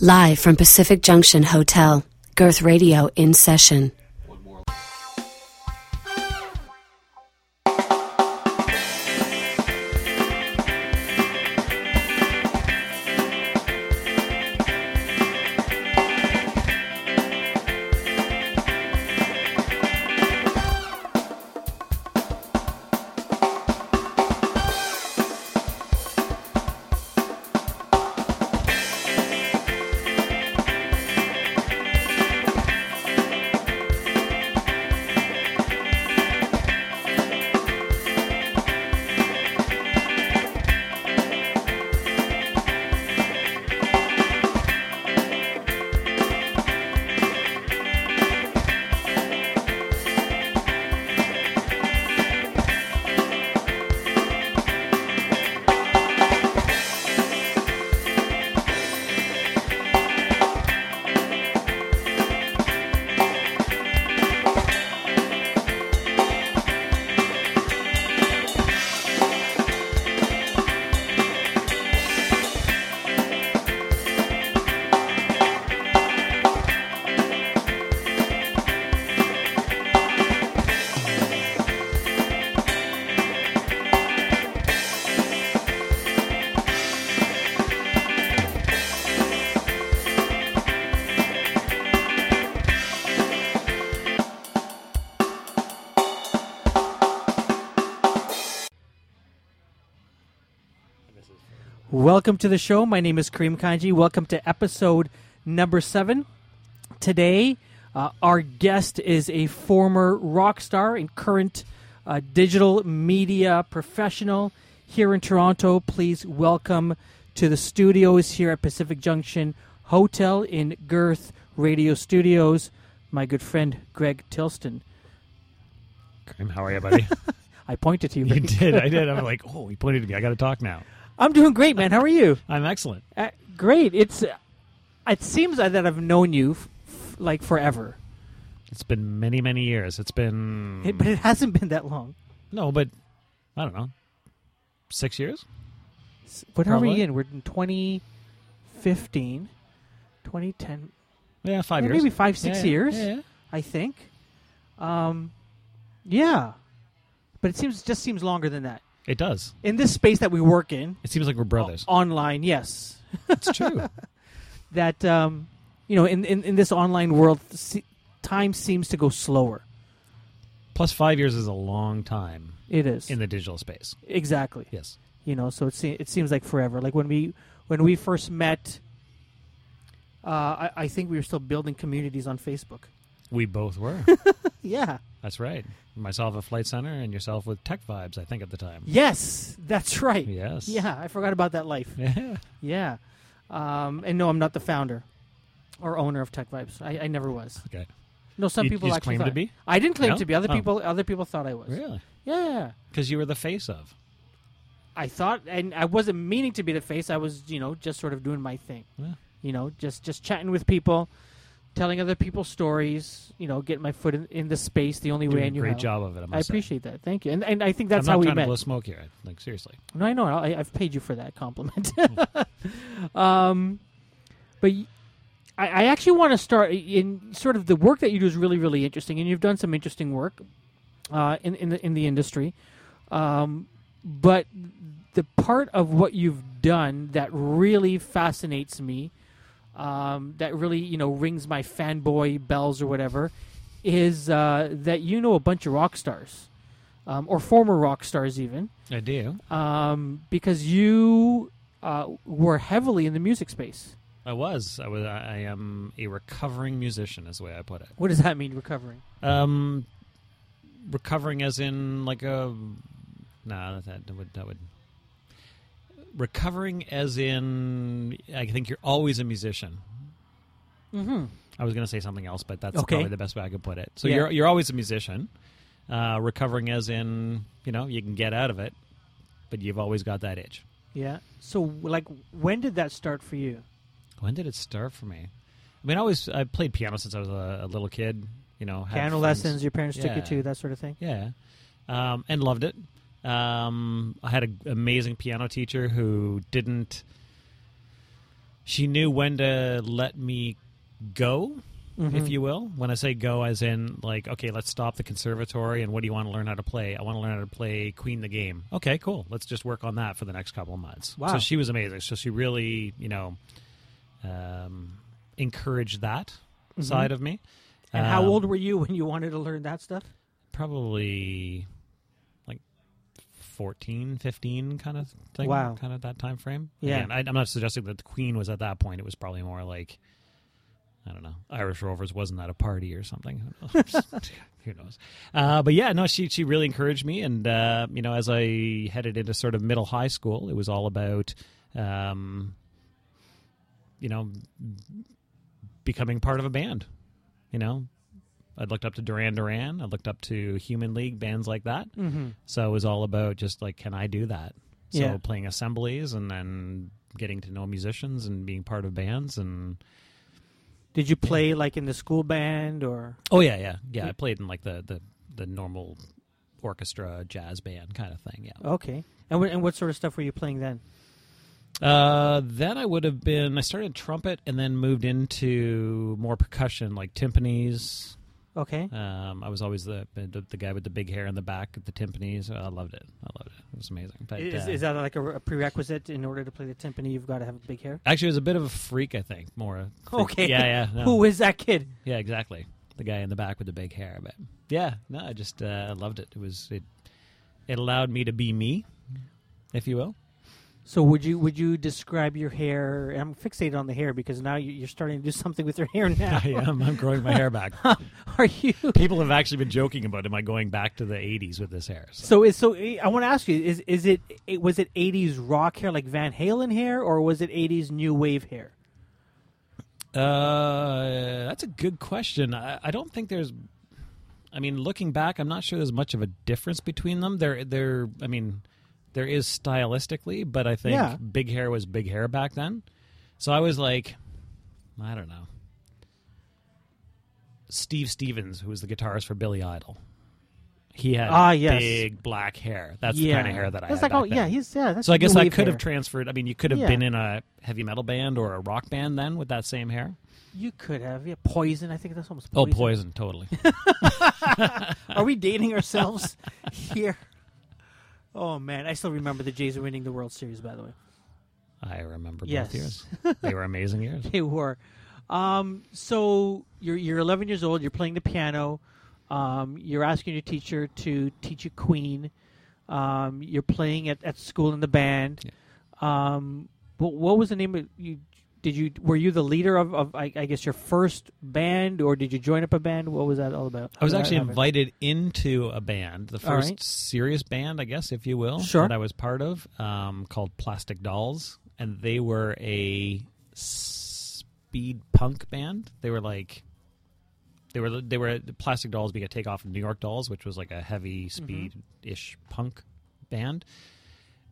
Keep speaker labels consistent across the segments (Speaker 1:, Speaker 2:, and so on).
Speaker 1: Live from Pacific Junction Hotel, Girth Radio in session.
Speaker 2: Welcome to the show. My name is Kareem Kanji. Welcome to episode number seven. Today, uh, our guest is a former rock star and current uh, digital media professional here in Toronto. Please welcome to the studios here at Pacific Junction Hotel in Girth Radio Studios, my good friend Greg Tilston.
Speaker 3: Kareem, how are you, buddy?
Speaker 2: I pointed to you.
Speaker 3: you
Speaker 2: Greg.
Speaker 3: did. I did. I'm like, oh, he pointed at me. I got to talk now.
Speaker 2: I'm doing great, man. How are you?
Speaker 3: I'm excellent.
Speaker 2: Uh, great. It's uh, it seems that I've known you f- f- like forever,
Speaker 3: It's been many, many years. It's been
Speaker 2: It- but it hasn't been that long.
Speaker 3: no, but I don't know, six years.
Speaker 2: S- What are we
Speaker 3: Probably.
Speaker 2: in? We're in 2015, 2010,
Speaker 3: Yeah, five
Speaker 2: yeah,
Speaker 3: years.
Speaker 2: maybe five, six
Speaker 3: Yeah, yeah,
Speaker 2: years,
Speaker 3: Yeah, yeah.
Speaker 2: I think. Um, yeah, but it seems just seems longer than that
Speaker 3: It does.
Speaker 2: in this space that we work in.
Speaker 3: It seems like we're brothers.
Speaker 2: o- online, yes.
Speaker 3: Oh, it's true.
Speaker 2: That um, you know, in, in in this online world, se- time seems to go slower.
Speaker 3: Plus, five years is a long time
Speaker 2: It is
Speaker 3: in the digital space.
Speaker 2: exactly.
Speaker 3: Yes.
Speaker 2: you know so it, se- it seems like forever like when we when we first met uh, I, I think we were still building communities on facebook
Speaker 3: We both were.
Speaker 2: yeah
Speaker 3: That's right. Myself at Flight Center and yourself with Tech Vibes, I think, at the time.
Speaker 2: yes that's right
Speaker 3: Yes.
Speaker 2: yeah i forgot about that life
Speaker 3: Yeah.
Speaker 2: yeah um, and no i'm not the founder or owner of tech vibes i, I never was
Speaker 3: Okay.
Speaker 2: no some
Speaker 3: You-
Speaker 2: people
Speaker 3: you just
Speaker 2: actually
Speaker 3: claimed to
Speaker 2: thought-
Speaker 3: be?
Speaker 2: i didn't claim
Speaker 3: No?
Speaker 2: to be other
Speaker 3: Oh.
Speaker 2: people other people thought i was
Speaker 3: Really?
Speaker 2: yeah
Speaker 3: Because you were the face of.
Speaker 2: i thought and i wasn't meaning to be the face i was you know just sort of doing my thing
Speaker 3: Yeah.
Speaker 2: you know just just chatting with people telling other people's stories you know getting my foot in, in the space the only way
Speaker 3: Doing
Speaker 2: i
Speaker 3: a
Speaker 2: knew
Speaker 3: great
Speaker 2: how.
Speaker 3: job of it. I, must
Speaker 2: i
Speaker 3: say.
Speaker 2: appreciate that thank you and, and i think that's
Speaker 3: I'm
Speaker 2: how
Speaker 3: not
Speaker 2: we
Speaker 3: trying
Speaker 2: met
Speaker 3: to blow smoke here. Like seriously.
Speaker 2: no i know I, i've paid you for that compliment um but y- I, I actually want to start in sort of the work that you do is really really interesting and you've done some interesting work uh, in in the in the industry um, but the part of what you've done that really fascinates me um, that really you know rings my fanboy bells or whatever is uh, that you know a bunch of rock stars um, or former rock stars even
Speaker 3: I do.
Speaker 2: um, because you uh, were heavily in the music space.
Speaker 3: I was. I was. I I am a recovering musician, is the way I put it.
Speaker 2: What does that mean, recovering?
Speaker 3: Um, recovering, as in like a. Nah, that, that would that would. Recovering, as in, I think you're always a musician.
Speaker 2: Mm-hmm.
Speaker 3: I was going to say something else, but that's
Speaker 2: Okay.
Speaker 3: probably the best way I could put it. So
Speaker 2: Yeah.
Speaker 3: you're you're always a musician. Uh, recovering, as in, you know, you can get out of it, but you've always got that itch.
Speaker 2: Yeah. So, like, when did that start for you?
Speaker 3: When did it start for me? I mean, I always I played piano since I was a, a little kid. You know, had
Speaker 2: Piano
Speaker 3: friends-
Speaker 2: lessons, your parents took you
Speaker 3: Yeah.
Speaker 2: to, that sort of thing.
Speaker 3: Yeah, um, and loved it. Um, I had an amazing piano teacher who didn't she knew when to let me go, if you will. When I say go, as in like, okay, let's stop the conservatory, and what do you want to learn how to play? I want to learn how to play Queen the game. Okay, cool. Let's just work on that for the next couple of months.
Speaker 2: Wow.
Speaker 3: So she was amazing. So she really, you know, um, encouraged that side of me.
Speaker 2: And how
Speaker 3: Um,
Speaker 2: old were you when you wanted to learn that stuff?
Speaker 3: probably like 14 15 kind of thing
Speaker 2: Wow.
Speaker 3: kind of that time frame
Speaker 2: Yeah.
Speaker 3: Again, I, i'm not suggesting that the queen was at that point it was probably more like i don't know irish rovers wasn't at a party or something who knows, who knows? Uh, but yeah no she, she really encouraged me and uh, you know as i headed into sort of middle high school it was all about um, you know becoming part of a band you know i looked up to duran duran i looked up to human league bands like that
Speaker 2: Mm-hmm.
Speaker 3: so it was all about just like can i do that so
Speaker 2: Yeah.
Speaker 3: playing assemblies and then getting to know musicians and being part of bands and
Speaker 2: Did you play like in the school band or?
Speaker 3: oh yeah yeah yeah i played in like the the, the normal orchestra jazz band kind of thing yeah
Speaker 2: Okay. And what, and what sort of stuff were you playing then?
Speaker 3: Uh, then I would have been. I started trumpet and then moved into more percussion, like timpanis.
Speaker 2: Okay.
Speaker 3: Um, I was always the, the the guy with the big hair in the back at the timpanis. I loved it. I loved it. It was amazing. But
Speaker 2: is,
Speaker 3: uh,
Speaker 2: is that like a, a prerequisite in order to play the timpani? You've got to have big hair.
Speaker 3: actually it was a bit of a freak? I think more. a freak.
Speaker 2: Okay.
Speaker 3: Yeah, yeah. no.
Speaker 2: Who is that kid?
Speaker 3: Yeah, exactly. The guy in the back with the big hair. But yeah, no, I just uh, I loved it. It was it. It allowed me to be me, if you will.
Speaker 2: So would you would you describe your hair? I'm fixated on the hair because now you- you're starting to do something with your hair now.
Speaker 3: I am. I'm growing my hair back.
Speaker 2: Are you?
Speaker 3: People have actually been joking about am I going back to the 80s with this hair? So.
Speaker 2: So is so eh, I want to ask you is is it, it was it 80s rock hair like Van Halen hair or was it 80s new wave hair?
Speaker 3: Uh, that's a good question. I, I don't think there's. I mean, looking back, I'm not sure there's much of a difference between them. There, there. I mean, there is stylistically, but I think
Speaker 2: Yeah.
Speaker 3: big hair was big hair back then. So I was like, I don't know. Steve Stevens, who was the guitarist for Billy Idol, he had
Speaker 2: Ah, yes.
Speaker 3: big black hair. That's the
Speaker 2: yeah.
Speaker 3: kind of hair that I
Speaker 2: That's
Speaker 3: had.
Speaker 2: like oh
Speaker 3: back then.
Speaker 2: yeah, he's yeah, that's
Speaker 3: So I guess
Speaker 2: new
Speaker 3: I
Speaker 2: wave
Speaker 3: could
Speaker 2: hair.
Speaker 3: have transferred. I mean, you could have
Speaker 2: Yeah.
Speaker 3: been in a heavy metal band or a rock band then with that same hair.
Speaker 2: You could have. Yeah, poison. I think that's almost
Speaker 3: Oh,
Speaker 2: poison.
Speaker 3: poison, totally.
Speaker 2: Are we dating ourselves here? Oh man, I still remember the Jays winning the World Series by the way.
Speaker 3: I remember
Speaker 2: Yes.
Speaker 3: both years. They were amazing years.
Speaker 2: They were. Um, so you're you're 11 years old. You're playing the piano. Um, you're asking your teacher to teach you Queen. Um, you're playing at, at school in the band. Um, what, what was the name of you? Did you were you the leader of, of I, I guess your first band or did you join up a band? What was that all about?
Speaker 3: I was
Speaker 2: How did
Speaker 3: actually
Speaker 2: that happen?
Speaker 3: invited into a band, the
Speaker 2: All
Speaker 3: first
Speaker 2: right.
Speaker 3: serious band, I guess, if you will,
Speaker 2: Sure.
Speaker 3: that I was part of, um, called Plastic Dolls, and they were a speed punk band. They were like, they were they were Plastic Dolls being a takeoff from New York Dolls, which was like a heavy
Speaker 2: Mm-hmm.
Speaker 3: speed ish punk band.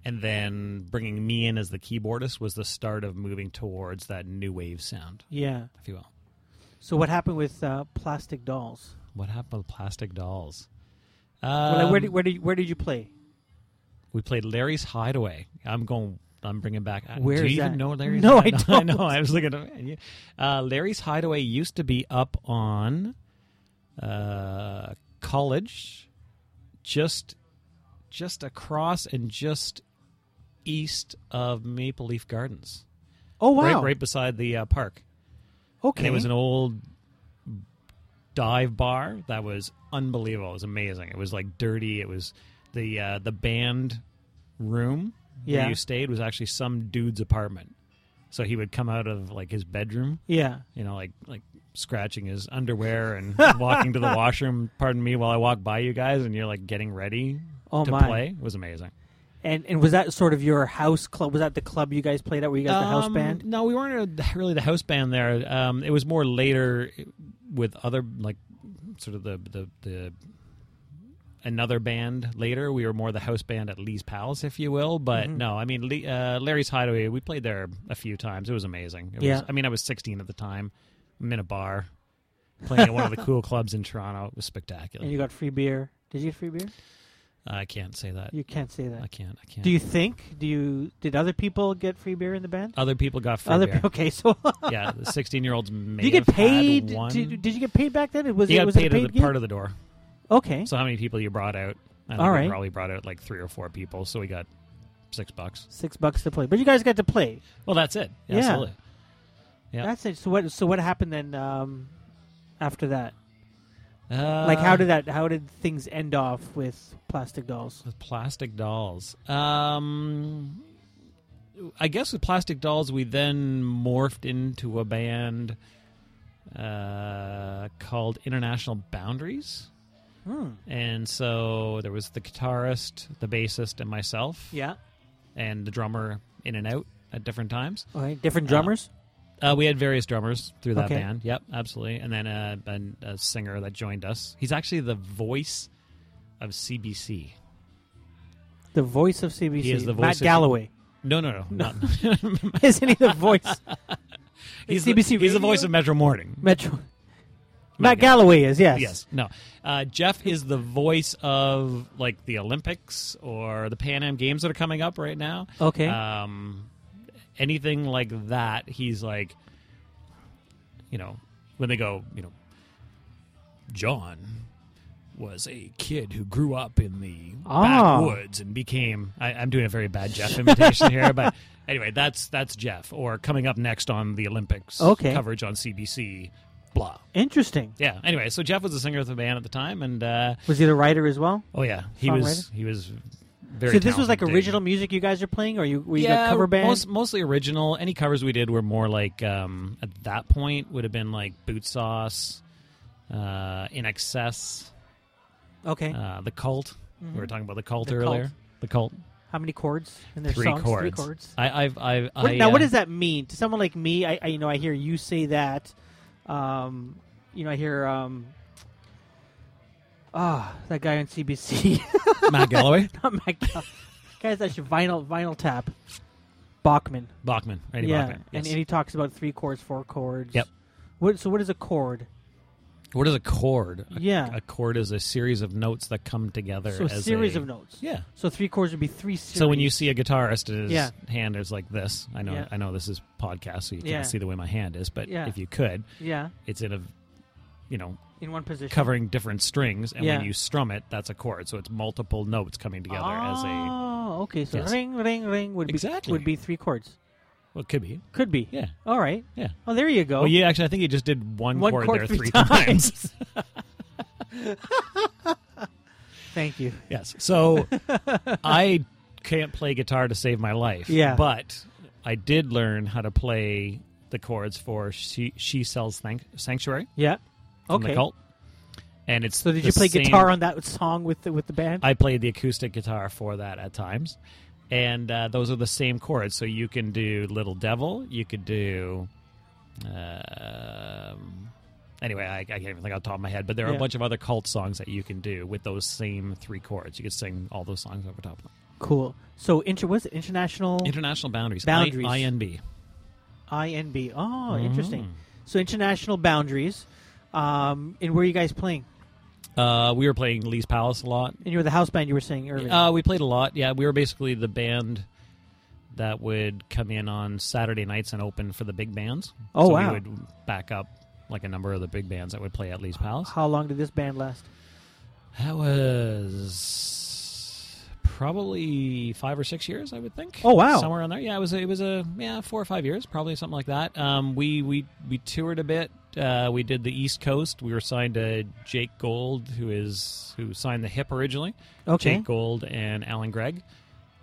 Speaker 3: And then bringing me in as the keyboardist was the start of moving towards that new wave sound,
Speaker 2: Yeah.
Speaker 3: if you will.
Speaker 2: So what happened with uh, Plastic Dolls?
Speaker 3: What happened with Plastic Dolls?
Speaker 2: well, like, where
Speaker 3: Um,
Speaker 2: did where did where did you play?
Speaker 3: We played Larry's Hideaway. I'm going. I'm bringing back. uh,
Speaker 2: Where
Speaker 3: do
Speaker 2: is
Speaker 3: you
Speaker 2: that?
Speaker 3: even know Larry's?
Speaker 2: No, I
Speaker 3: Hideaway? I know.
Speaker 2: don't.
Speaker 3: I was looking at you. Uh, Larry's Hideaway used to be up on uh, College, just just across and just east of Maple Leaf Gardens.
Speaker 2: Oh wow.
Speaker 3: Right, right beside the uh, park.
Speaker 2: Okay.
Speaker 3: And it was an old dive bar that was unbelievable. It was amazing. It was like dirty. It was the uh, the band room
Speaker 2: Yeah.
Speaker 3: where you stayed was actually some dude's apartment. So he would come out of like his bedroom,
Speaker 2: yeah.
Speaker 3: you know, like like scratching his underwear and walking to the washroom. Pardon me, while I walk by you guys, and you're like getting ready
Speaker 2: Oh
Speaker 3: to
Speaker 2: my.
Speaker 3: play. It was amazing.
Speaker 2: And and was that sort of your house club? Was that the club you guys played at? Were you guys the house
Speaker 3: Um,
Speaker 2: band?
Speaker 3: No, we weren't a, really the house band there. Um, it was more later with other like sort of the the, the another band later. We were more the house band at Lee's Palace, if you will. But
Speaker 2: Mm-hmm.
Speaker 3: no, I mean Lee, uh, Larry's Hideaway. We played there a few times. It was amazing. It
Speaker 2: Yeah.
Speaker 3: was, I mean, I was 16 at the time. I'm in a bar playing at one of the cool clubs in Toronto. It was
Speaker 2: And
Speaker 3: spectacular. Uh,
Speaker 2: you got free beer. Did you get free beer?
Speaker 3: I can't say that.
Speaker 2: You can't say that.
Speaker 3: I can't. I can't.
Speaker 2: Do you think? Do you? Did other people get free beer in the band?
Speaker 3: Other people got free
Speaker 2: other
Speaker 3: beer.
Speaker 2: people. Okay, so
Speaker 3: yeah, the sixteen-year-olds may
Speaker 2: do you get
Speaker 3: have had
Speaker 2: paid?
Speaker 3: one.
Speaker 2: Did, did you get paid back then? It was
Speaker 3: you
Speaker 2: it
Speaker 3: got
Speaker 2: was it
Speaker 3: paid,
Speaker 2: a paid
Speaker 3: at the part of the door.
Speaker 2: gig? okay.
Speaker 3: So how many people you brought out? I think
Speaker 2: All
Speaker 3: we
Speaker 2: right.
Speaker 3: probably brought out like three or four people. So we got six bucks.
Speaker 2: Six bucks to play, but you guys got to play.
Speaker 3: Well, that's it.
Speaker 2: Yeah.
Speaker 3: Absolutely. Yeah.
Speaker 2: That's it. So what? So what happened then? Um, after that,
Speaker 3: Uh,
Speaker 2: like how did that? How did things end off with plastic dolls?
Speaker 3: with plastic dolls? Um, I guess with plastic dolls, we then morphed into a band uh, called International Boundaries.
Speaker 2: Hmm.
Speaker 3: And so there was the guitarist, the bassist, and myself,
Speaker 2: Yeah.
Speaker 3: and the drummer in and out at different times.
Speaker 2: All right. Different
Speaker 3: Uh,
Speaker 2: drummers.
Speaker 3: Uh, we had various drummers through that
Speaker 2: Okay.
Speaker 3: band. Yep, absolutely. And then uh, an- a singer that joined us. He's actually the voice of CBC.
Speaker 2: the voice of CBC.
Speaker 3: he is the
Speaker 2: Matt
Speaker 3: voice of-
Speaker 2: Galloway.
Speaker 3: No, no, no.
Speaker 2: No.
Speaker 3: not-
Speaker 2: Isn't he the voice?
Speaker 3: he's
Speaker 2: CBC
Speaker 3: The, he's the voice
Speaker 2: Radio?
Speaker 3: of Metro Morning.
Speaker 2: Metro. Matt Galloway is yes.
Speaker 3: Yes. No. Uh, Jeff is the voice of like the Olympics or the Pan Am Games that are coming up right now.
Speaker 2: Okay.
Speaker 3: um, anything like that, he's like, you know, when they go, you know, John was a kid who grew up in the
Speaker 2: Ah.
Speaker 3: backwoods and became. I, I'm doing a very bad Jeff imitation here, but anyway, that's that's Jeff. Or coming up next on the Olympics
Speaker 2: Okay.
Speaker 3: coverage on CBC, blah.
Speaker 2: Interesting.
Speaker 3: Yeah. Anyway, so Jeff was the singer of the band at the time, and uh,
Speaker 2: Was he the writer as well?
Speaker 3: oh yeah, he was he was very.
Speaker 2: so this was
Speaker 3: talented
Speaker 2: like
Speaker 3: dude.
Speaker 2: original music you guys are playing, or you were you a cover band?
Speaker 3: Most, mostly original. Any covers we did were more like um, at that point would have been like Boot Sauce, uh, In Excess,
Speaker 2: okay.
Speaker 3: uh, The Cult. We were talking about the Cult
Speaker 2: The Cult.
Speaker 3: earlier. The Cult.
Speaker 2: How many chords in their
Speaker 3: three
Speaker 2: songs?
Speaker 3: chords.
Speaker 2: Three chords.
Speaker 3: I, I've, I've,
Speaker 2: What-
Speaker 3: I,
Speaker 2: now, what
Speaker 3: uh,
Speaker 2: does that mean to someone like me? I, I you know I hear you say that. Um, you know I hear um. Ah, that guy on CBC,
Speaker 3: Matt Galloway,
Speaker 2: not my guy. Guys, that should vinyl vinyl tap. Bachman.
Speaker 3: Bachman, Randy
Speaker 2: yeah,
Speaker 3: Bachman.
Speaker 2: and,
Speaker 3: yes.
Speaker 2: and he talks about three chords, four chords.
Speaker 3: Yep.
Speaker 2: What? So what is a chord?
Speaker 3: what is a chord? A,
Speaker 2: Yeah.
Speaker 3: a chord is a series of notes that come together.
Speaker 2: So a
Speaker 3: as
Speaker 2: series of notes.
Speaker 3: Yeah.
Speaker 2: So three chords would be three. Series.
Speaker 3: So when you see a guitarist and his
Speaker 2: Yeah.
Speaker 3: hand is like this, I know
Speaker 2: Yeah.
Speaker 3: I know this is podcast, so you can't
Speaker 2: Yeah.
Speaker 3: see the way my hand is, but
Speaker 2: Yeah.
Speaker 3: if you could,
Speaker 2: yeah,
Speaker 3: it's in a you know
Speaker 2: in one position.
Speaker 3: covering different strings, and
Speaker 2: Yeah.
Speaker 3: when you strum it, that's a chord. So it's multiple notes coming together as a.
Speaker 2: Oh, okay. So
Speaker 3: Yes.
Speaker 2: ring, ring, ring would be
Speaker 3: Exactly.
Speaker 2: would be three chords.
Speaker 3: Well, it could be.
Speaker 2: Could be.
Speaker 3: Yeah.
Speaker 2: All right.
Speaker 3: Yeah.
Speaker 2: Oh, there you go.
Speaker 3: Well, yeah. Actually, I think you just did one,
Speaker 2: One
Speaker 3: chord,
Speaker 2: chord
Speaker 3: there
Speaker 2: three
Speaker 3: three, times.
Speaker 2: Thank you.
Speaker 3: yes. So I can't play guitar to save my life.
Speaker 2: Yeah.
Speaker 3: But I did learn how to play the chords for "She, she Sells Sanct- Sanctuary"
Speaker 2: Yeah.
Speaker 3: from
Speaker 2: Okay.
Speaker 3: the Cult, and it's
Speaker 2: So did
Speaker 3: the
Speaker 2: you play
Speaker 3: same-
Speaker 2: guitar on that song with the, with the band?
Speaker 3: I played the acoustic guitar for that at times, and uh, those are the same chords. So you can do Little Devil. You could do. Um, anyway, I, I can't even think off the top of my head, but there are
Speaker 2: Yeah.
Speaker 3: a bunch of other cult songs that you can do with those same three chords. You could sing all those songs over top of them.
Speaker 2: cool. So inter was it international
Speaker 3: International boundaries.
Speaker 2: Boundaries.
Speaker 3: I, INB.
Speaker 2: INB. Oh,
Speaker 3: Mm.
Speaker 2: interesting. So international boundaries. Um, and where are you guys playing?
Speaker 3: Uh, we were playing Lee's Palace a lot.
Speaker 2: And you were the house band you were saying earlier.
Speaker 3: Uh, we played a lot. Yeah, we were basically the band that would come in on Saturday nights and open for the big bands.
Speaker 2: Oh,
Speaker 3: so
Speaker 2: wow.
Speaker 3: We would back up like a number of the big bands that would play at Lee's Palace.
Speaker 2: How long did this band last?
Speaker 3: That was probably five or six years, I would think.
Speaker 2: Oh, wow.
Speaker 3: somewhere on there. Yeah, it was. A, it was a yeah four or five years, probably something like that. Um, we we we toured a bit. Uh, we did the East Coast. We were signed to Jake Gold, who is who signed the Hip originally.
Speaker 2: Okay.
Speaker 3: Jake Gold and Alan Gregg,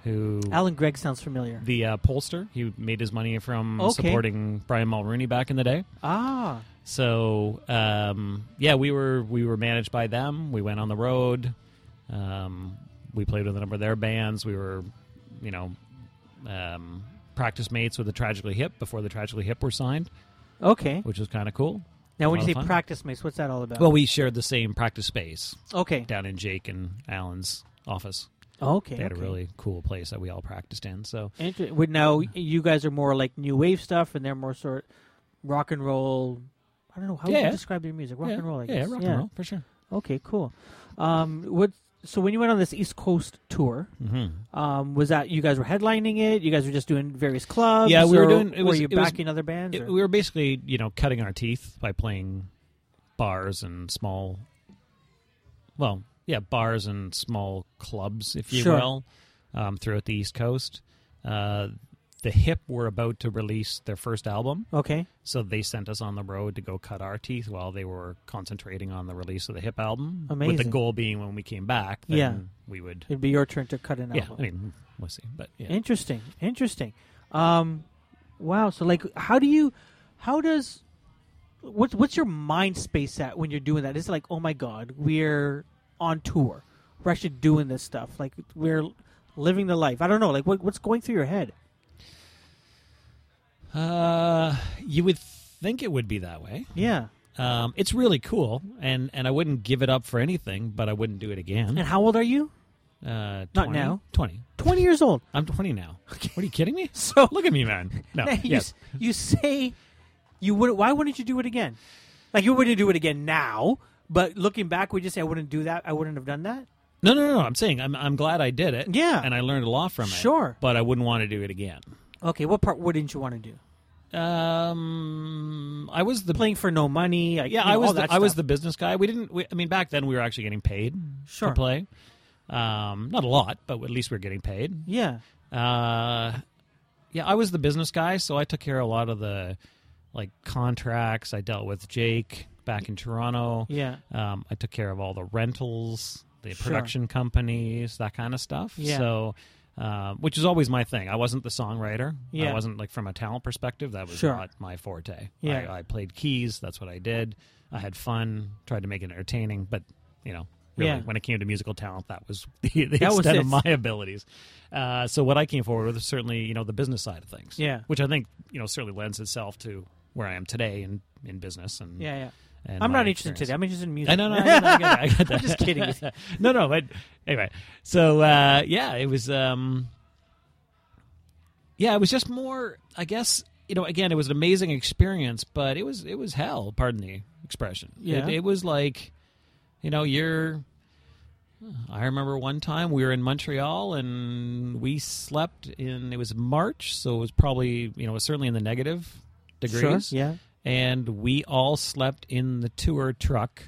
Speaker 3: who
Speaker 2: Alan Gregg sounds familiar.
Speaker 3: the uh, pollster. He made his money from
Speaker 2: Okay.
Speaker 3: supporting Brian Mulrooney back in the day.
Speaker 2: Ah,
Speaker 3: So um, yeah, we were we were managed by them. We went on the road. Um, we played with a number of their bands. We were, you know, um, practice mates with the Tragically Hip before the Tragically Hip were signed,
Speaker 2: okay.
Speaker 3: which was kind of cool.
Speaker 2: Now, when you
Speaker 3: a lot
Speaker 2: say
Speaker 3: of fun.
Speaker 2: practice mates, what's that all about?
Speaker 3: Well, we shared the same practice space
Speaker 2: okay,
Speaker 3: down in Jake and Alan's office.
Speaker 2: okay.
Speaker 3: They had a
Speaker 2: okay.
Speaker 3: really cool place that we all practiced in. So
Speaker 2: Inter- would- now you guys are more like new wave stuff, and they're more sort rock and roll. I don't know how would
Speaker 3: Yeah.
Speaker 2: you describe your music. Rock
Speaker 3: yeah,
Speaker 2: and roll, I
Speaker 3: yeah,
Speaker 2: guess.
Speaker 3: rock and roll for sure.
Speaker 2: Okay, cool. Um, what so when you went on this East Coast tour,
Speaker 3: Mm-hmm.
Speaker 2: um, was that you guys were headlining it? You guys were just doing various clubs?
Speaker 3: Yeah, we were
Speaker 2: or
Speaker 3: doing- it
Speaker 2: were
Speaker 3: was-
Speaker 2: you
Speaker 3: it was-
Speaker 2: backing other bands?
Speaker 3: It,
Speaker 2: or-
Speaker 3: we were basically, you know, cutting our teeth by playing bars and small, well, yeah, bars and small clubs, if you
Speaker 2: Sure.
Speaker 3: will, um, throughout the East Coast. Uh, the Hip were about to release their first album,
Speaker 2: okay.
Speaker 3: so they sent us on the road to go cut our teeth while they were concentrating on the release of the Hip album. With the
Speaker 2: Amazing.
Speaker 3: goal being when we came back, then
Speaker 2: Yeah.
Speaker 3: we would.
Speaker 2: It'd be your turn to cut an
Speaker 3: Yeah,
Speaker 2: album.
Speaker 3: I mean, we'll see, but yeah.
Speaker 2: Interesting. Interesting. Um, wow. So like, how do you? How does? What's what's your mind space at when you're doing that? Is it like, oh my god, we're on tour, we're actually doing this stuff, like we're living the life. I don't know, like what, what's going through your head?
Speaker 3: Uh, you would think it would be that way.
Speaker 2: Yeah.
Speaker 3: Um, it's really cool, and and I wouldn't give it up for anything, but I wouldn't do it
Speaker 2: And
Speaker 3: again.
Speaker 2: how old are you?
Speaker 3: Uh, 20,
Speaker 2: Not now.
Speaker 3: Twenty.
Speaker 2: Twenty years old.
Speaker 3: I'm twenty now. What are you kidding me?
Speaker 2: So
Speaker 3: Look at me, man. No.
Speaker 2: you
Speaker 3: yes.
Speaker 2: s- you say you would. Why wouldn't you do it again? Like you wouldn't do it again now, but looking back, would you say I wouldn't do that? I wouldn't have done that.
Speaker 3: No, no, no, no. I'm saying I'm I'm glad I did it.
Speaker 2: Yeah.
Speaker 3: And I learned a lot from it.
Speaker 2: Sure.
Speaker 3: But I wouldn't want to do it again.
Speaker 2: Okay, what part wouldn't you want to do?
Speaker 3: Um, I was the
Speaker 2: playing for no money. Like,
Speaker 3: yeah,
Speaker 2: you know,
Speaker 3: I was
Speaker 2: all
Speaker 3: the,
Speaker 2: that
Speaker 3: I was the
Speaker 2: stuff.
Speaker 3: business guy. We didn't. We, I mean, back then we were actually getting paid
Speaker 2: Sure.
Speaker 3: to play. Um, not a lot, but at least we were getting paid.
Speaker 2: yeah.
Speaker 3: Uh, yeah, I was the business guy, so I took care of a lot of the like contracts. I dealt with Jake back in Toronto.
Speaker 2: Yeah.
Speaker 3: Um, I took care of all the rentals, the
Speaker 2: Sure.
Speaker 3: production companies, that kind of stuff.
Speaker 2: Yeah.
Speaker 3: So, um, which is always my thing. I wasn't the songwriter.
Speaker 2: Yeah.
Speaker 3: I wasn't like from a talent perspective. That was
Speaker 2: Sure.
Speaker 3: not my forte.
Speaker 2: Yeah.
Speaker 3: I, I played keys. That's what I did. I had fun. Tried to make it entertaining, but you know, really,
Speaker 2: Yeah.
Speaker 3: when it came to musical talent, that was the, the
Speaker 2: That was
Speaker 3: extent
Speaker 2: it.
Speaker 3: of my abilities. Uh, so what I came forward with is certainly, you know, the business side of things.
Speaker 2: Yeah.
Speaker 3: Which I think, you know, certainly lends itself to where I am today in, in business and
Speaker 2: Yeah. Yeah.
Speaker 3: and
Speaker 2: I'm
Speaker 3: my
Speaker 2: not interested
Speaker 3: experience.
Speaker 2: today. I'm interested in music.
Speaker 3: I know, no, I get that, I get that.
Speaker 2: I'm just kidding with you.
Speaker 3: no, no, but anyway. So uh, yeah, it was. Um, yeah, it was just more. I guess you know. Again, it was an amazing experience, but it was it was hell. Pardon the expression.
Speaker 2: Yeah.
Speaker 3: It, it was like, you know, you're. I remember one time we were in Montreal and we slept in. It was March, so it was probably you know it was certainly in the negative degrees
Speaker 2: Sure. Yeah.
Speaker 3: and we all slept in the tour truck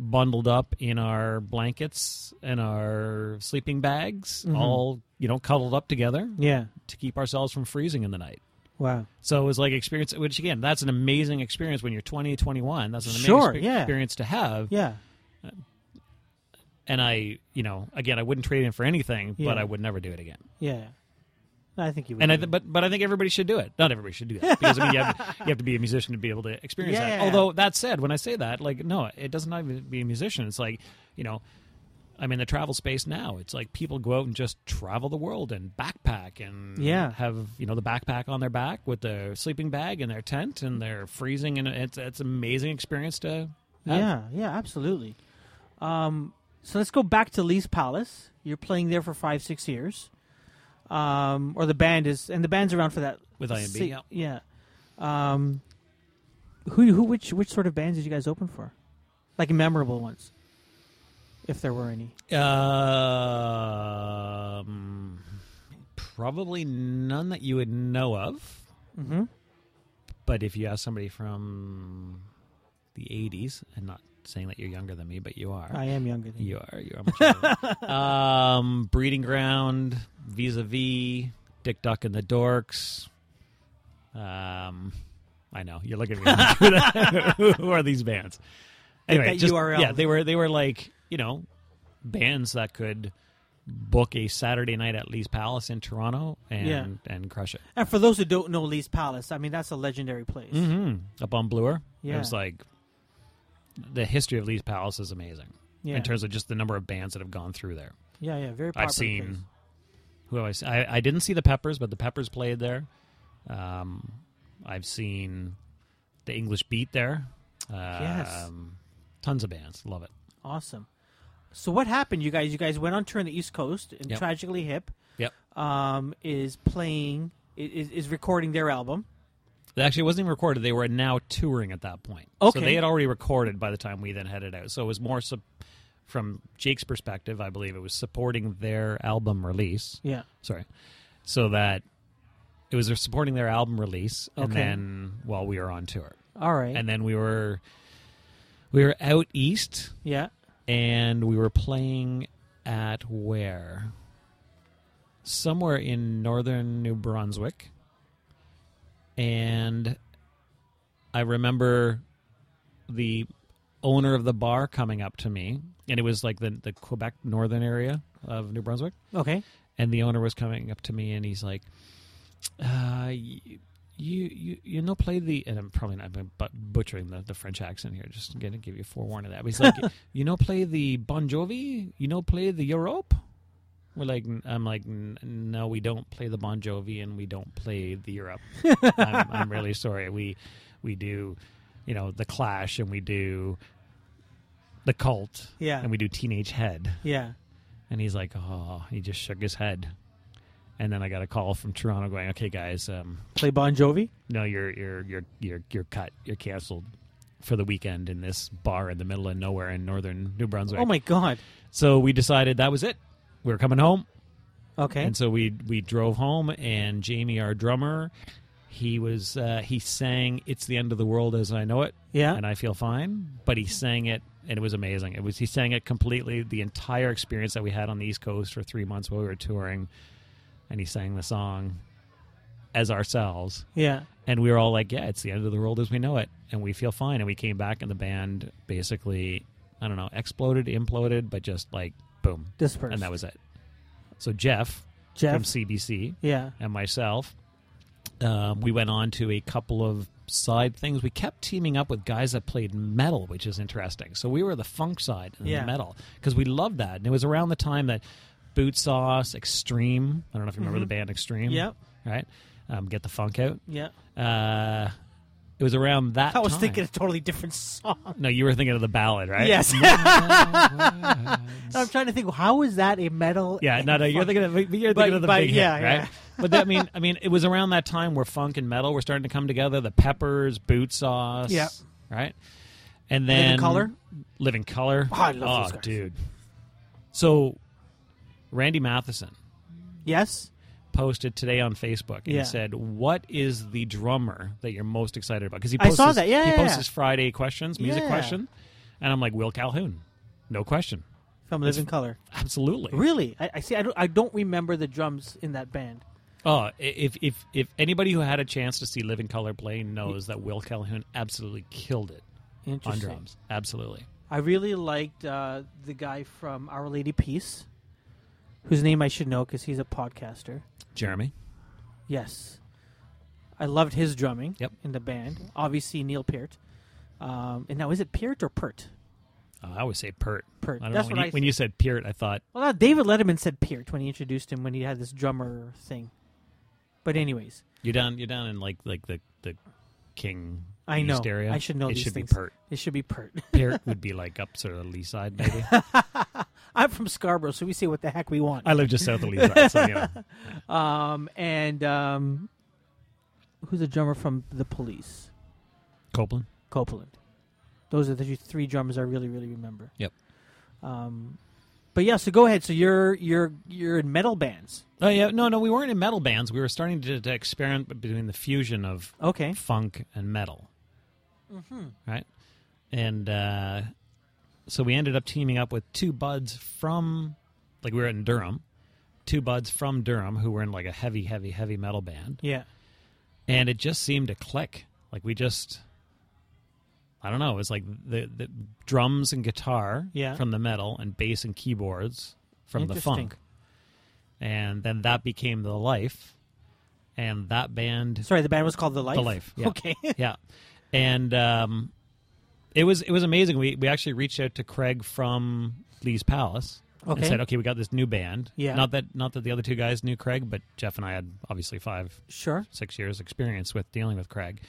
Speaker 3: bundled up in our blankets and our sleeping bags
Speaker 2: Mhm.
Speaker 3: all you know cuddled up together
Speaker 2: Yeah.
Speaker 3: to keep ourselves from freezing in the night
Speaker 2: Wow.
Speaker 3: so it was like experience which again that's an amazing experience when you're 20 21 that's an amazing
Speaker 2: Sure,
Speaker 3: expe-
Speaker 2: yeah.
Speaker 3: experience to have
Speaker 2: Yeah.
Speaker 3: and i you know again i wouldn't trade it in for anything
Speaker 2: Yeah.
Speaker 3: but i would never do it again
Speaker 2: Yeah. No, I think you. Would
Speaker 3: and I
Speaker 2: do
Speaker 3: th-
Speaker 2: it.
Speaker 3: but but I think everybody should do it. Not everybody should do that because I mean you have, you have to be a musician to be able to experience
Speaker 2: Yeah.
Speaker 3: that. Although that said, when I say that, like no, it doesn't have to be a musician. It's like you know, I'm in the travel space now. It's like people go out and just travel the world and backpack and
Speaker 2: Yeah.
Speaker 3: have you know the backpack on their back with their sleeping bag and their tent and they're freezing and it's it's an amazing experience to have.
Speaker 2: yeah. Yeah. Absolutely. Um. So let's go back to Lee's Palace. You're playing there for five, six years. Um. Or the band is, and the band's around for that.
Speaker 3: with IMB.
Speaker 2: si-
Speaker 3: yeah.
Speaker 2: Yeah. Um. Who? Who? Which? Which sort of bands did you guys open for? Like memorable ones, if there were any.
Speaker 3: Um, probably none that you would know of.
Speaker 2: Mm-hmm.
Speaker 3: But if you ask somebody from the 80s, and not saying that you're younger than me, but you are.
Speaker 2: I am younger than you.
Speaker 3: you are. You are much younger. than me. um, Breeding Ground, Vis a Vis, Dick Duck and the Dorks. Um, I know. You're looking at me. like, Who are these bands? Anyway,
Speaker 2: that
Speaker 3: just-
Speaker 2: URL.
Speaker 3: Yeah, they were, they were like, you know, bands that could book a Saturday night at Lee's Palace in Toronto and,
Speaker 2: Yeah.
Speaker 3: and crush it.
Speaker 2: And for those who don't know Lee's Palace, I mean that's a legendary place.
Speaker 3: Mm-hmm. Up on Bloor.
Speaker 2: Yeah.
Speaker 3: It was like the history of Lee's Palace is amazing
Speaker 2: Yeah.
Speaker 3: in terms of just the number of bands that have gone through there.
Speaker 2: yeah, yeah, very popular.
Speaker 3: I've seen.
Speaker 2: place.
Speaker 3: Who have I seen? I, I didn't see the Peppers, but the Peppers played there. Um, I've seen the English Beat there. Um,
Speaker 2: Yes.
Speaker 3: Tons of bands. Love it.
Speaker 2: Awesome. So what happened, you guys? You guys went on tour in the East Coast, and
Speaker 3: Yep.
Speaker 2: tragically hip.
Speaker 3: Yep.
Speaker 2: Um, is playing i- is, is recording their album.
Speaker 3: They Actually, it wasn't even recorded. They were now touring at that point. So
Speaker 2: Okay.
Speaker 3: they had already recorded by the time we then headed out. So it was more, sup- from Jake's perspective, I believe it was supporting their album release.
Speaker 2: Yeah.
Speaker 3: Sorry, so that it was supporting their album release, and
Speaker 2: Okay.
Speaker 3: then while we were on tour,
Speaker 2: All right.
Speaker 3: and then we were we were out east,
Speaker 2: yeah.
Speaker 3: and we were playing at where somewhere in northern New Brunswick, and I remember the owner of the bar coming up to me, and it was like the the Quebec northern area of New Brunswick
Speaker 2: Okay.
Speaker 3: and the owner was coming up to me and he's like uh you you you know play the and i'm probably not I'm but butchering the, the french accent here just gonna give you a forewarning of that but he's like you know play the bon jovi you know play the europe we're like i'm like "N- no we don't play the bon jovi and we don't play the europe I'm, I'm really sorry we we do you know the clash and we do the cult
Speaker 2: Yeah.
Speaker 3: and we do teenage head
Speaker 2: yeah.
Speaker 3: and he's like, oh, he just shook his head. And then I got a call from Toronto going, okay, guys, um,
Speaker 2: Play Bon Jovi.
Speaker 3: no, you're you're you're you're you're cut, you're canceled for the weekend in this bar in the middle of nowhere in northern New Brunswick.
Speaker 2: Oh my God.
Speaker 3: So we decided that was it. We were coming home,
Speaker 2: Okay.
Speaker 3: and so we we drove home. And Jamie, our drummer, he was uh, he sang "It's the End of the World as I Know It,"
Speaker 2: yeah.
Speaker 3: and I feel fine. But he sang it, and it was amazing. It was he sang it completely the entire experience that we had on the East Coast for three months while we were touring, and he sang the song as ourselves,
Speaker 2: yeah.
Speaker 3: and we were all like, "Yeah, it's the end of the world as we know it," and we feel fine. And we came back, and the band basically, I don't know, exploded, imploded, but just like boom,
Speaker 2: Dispersed.
Speaker 3: and that was it. So Jeff,
Speaker 2: Jeff.
Speaker 3: from CBC
Speaker 2: yeah.
Speaker 3: and myself. Um, we went on to a couple of side things. We kept teaming up with guys that played metal, which is interesting. So we were the funk side and
Speaker 2: Yeah.
Speaker 3: the metal because we loved that. And it was around the time that Boot Sauce, Extreme, I don't know if you remember the band Extreme.
Speaker 2: Mm-hmm. Yep.
Speaker 3: Right? Um, Get the Funk Out.
Speaker 2: Yeah.
Speaker 3: Uh, it was around that
Speaker 2: I was
Speaker 3: time.
Speaker 2: thinking a totally different song.
Speaker 3: No, you were thinking of the ballad, right?
Speaker 2: Yes. I'm trying to think. How is that a metal?
Speaker 3: Yeah, no, no, you're thinking of, but you're thinking
Speaker 2: But-
Speaker 3: of the
Speaker 2: but
Speaker 3: big
Speaker 2: yeah,
Speaker 3: hit, right?
Speaker 2: yeah.
Speaker 3: but that, I mean, I mean, it was around that time where funk and metal were starting to come together. The Peppers, Boot Sauce,
Speaker 2: Yeah.
Speaker 3: right, and
Speaker 2: Living
Speaker 3: then
Speaker 2: Colour?
Speaker 3: Living Color.
Speaker 2: Oh, I love those guys.
Speaker 3: dude. So, Randy Matheson
Speaker 2: Yes.
Speaker 3: posted today on Facebook and
Speaker 2: Yeah.
Speaker 3: said, "What is the drummer that you're most excited about?" Because he
Speaker 2: I
Speaker 3: posts
Speaker 2: saw
Speaker 3: his-
Speaker 2: that. Yeah,
Speaker 3: he
Speaker 2: yeah,
Speaker 3: posts
Speaker 2: yeah.
Speaker 3: his Friday questions, music
Speaker 2: Yeah.
Speaker 3: question, and I'm like, Will Calhoun, no question,
Speaker 2: From Living Color.
Speaker 3: absolutely,
Speaker 2: Really? I, I see. I don't. I don't remember the drums in that band.
Speaker 3: Oh, i- if if if anybody who had a chance to see Living Color play knows that Will Calhoun absolutely killed it on
Speaker 2: Interesting.
Speaker 3: drums. Absolutely.
Speaker 2: I really liked uh, the guy from Our Lady Peace, whose name I should know because he's a podcaster.
Speaker 3: Jeremy.
Speaker 2: Yes, I loved his drumming.
Speaker 3: Yep.
Speaker 2: In the band, obviously Neil Peart. Um, and now is it Peart or Pert?
Speaker 3: Oh, I always say Pert.
Speaker 2: Pert.
Speaker 3: I don't
Speaker 2: That's
Speaker 3: know. When,
Speaker 2: what I
Speaker 3: you, when you said Peart, I thought
Speaker 2: Well, now David Letterman said Peart when he introduced him when he had this drummer thing. But anyways,
Speaker 3: you're down you're down in like like the the King
Speaker 2: I
Speaker 3: East
Speaker 2: know.
Speaker 3: area.
Speaker 2: I should know
Speaker 3: It
Speaker 2: these
Speaker 3: should
Speaker 2: things.
Speaker 3: be Pert.
Speaker 2: it should be Peart.
Speaker 3: Peart would be like up sort of the lee side maybe.
Speaker 2: I'm from Scarborough, so we say what the heck we want.
Speaker 3: I live just south of lee side, so anyway.
Speaker 2: Um, and um, who's the drummer from The Police?
Speaker 3: Copeland.
Speaker 2: Copeland. Those are the two- three drummers I really, really remember.
Speaker 3: Yep.
Speaker 2: Um, but yeah, so go ahead. So you're you're you're in metal bands.
Speaker 3: Oh yeah, no, no, we weren't in metal bands. We were starting to, to experiment between the fusion of
Speaker 2: Okay.
Speaker 3: funk and metal.
Speaker 2: Mm-hmm.
Speaker 3: Right? And uh, so we ended up teaming up with two buds from, like, we were in Durham, two buds from Durham who were in, like, a heavy, heavy, heavy metal band.
Speaker 2: Yeah.
Speaker 3: And it just seemed to click. Like, we just. I don't know. It was like the, the drums and guitar
Speaker 2: Yeah.
Speaker 3: from the metal and bass and keyboards from the
Speaker 2: Interesting.
Speaker 3: funk. And then that became the life. And that band
Speaker 2: Sorry, the band was called The Life.
Speaker 3: The Life, yeah.
Speaker 2: Okay.
Speaker 3: yeah and um it was it was amazing we we actually reached out to craig from lee's palace
Speaker 2: Okay.
Speaker 3: and said okay we got this new band
Speaker 2: Yeah.
Speaker 3: not that not that the other two guys knew craig but jeff and i had obviously five
Speaker 2: sure.
Speaker 3: six years experience with dealing with craig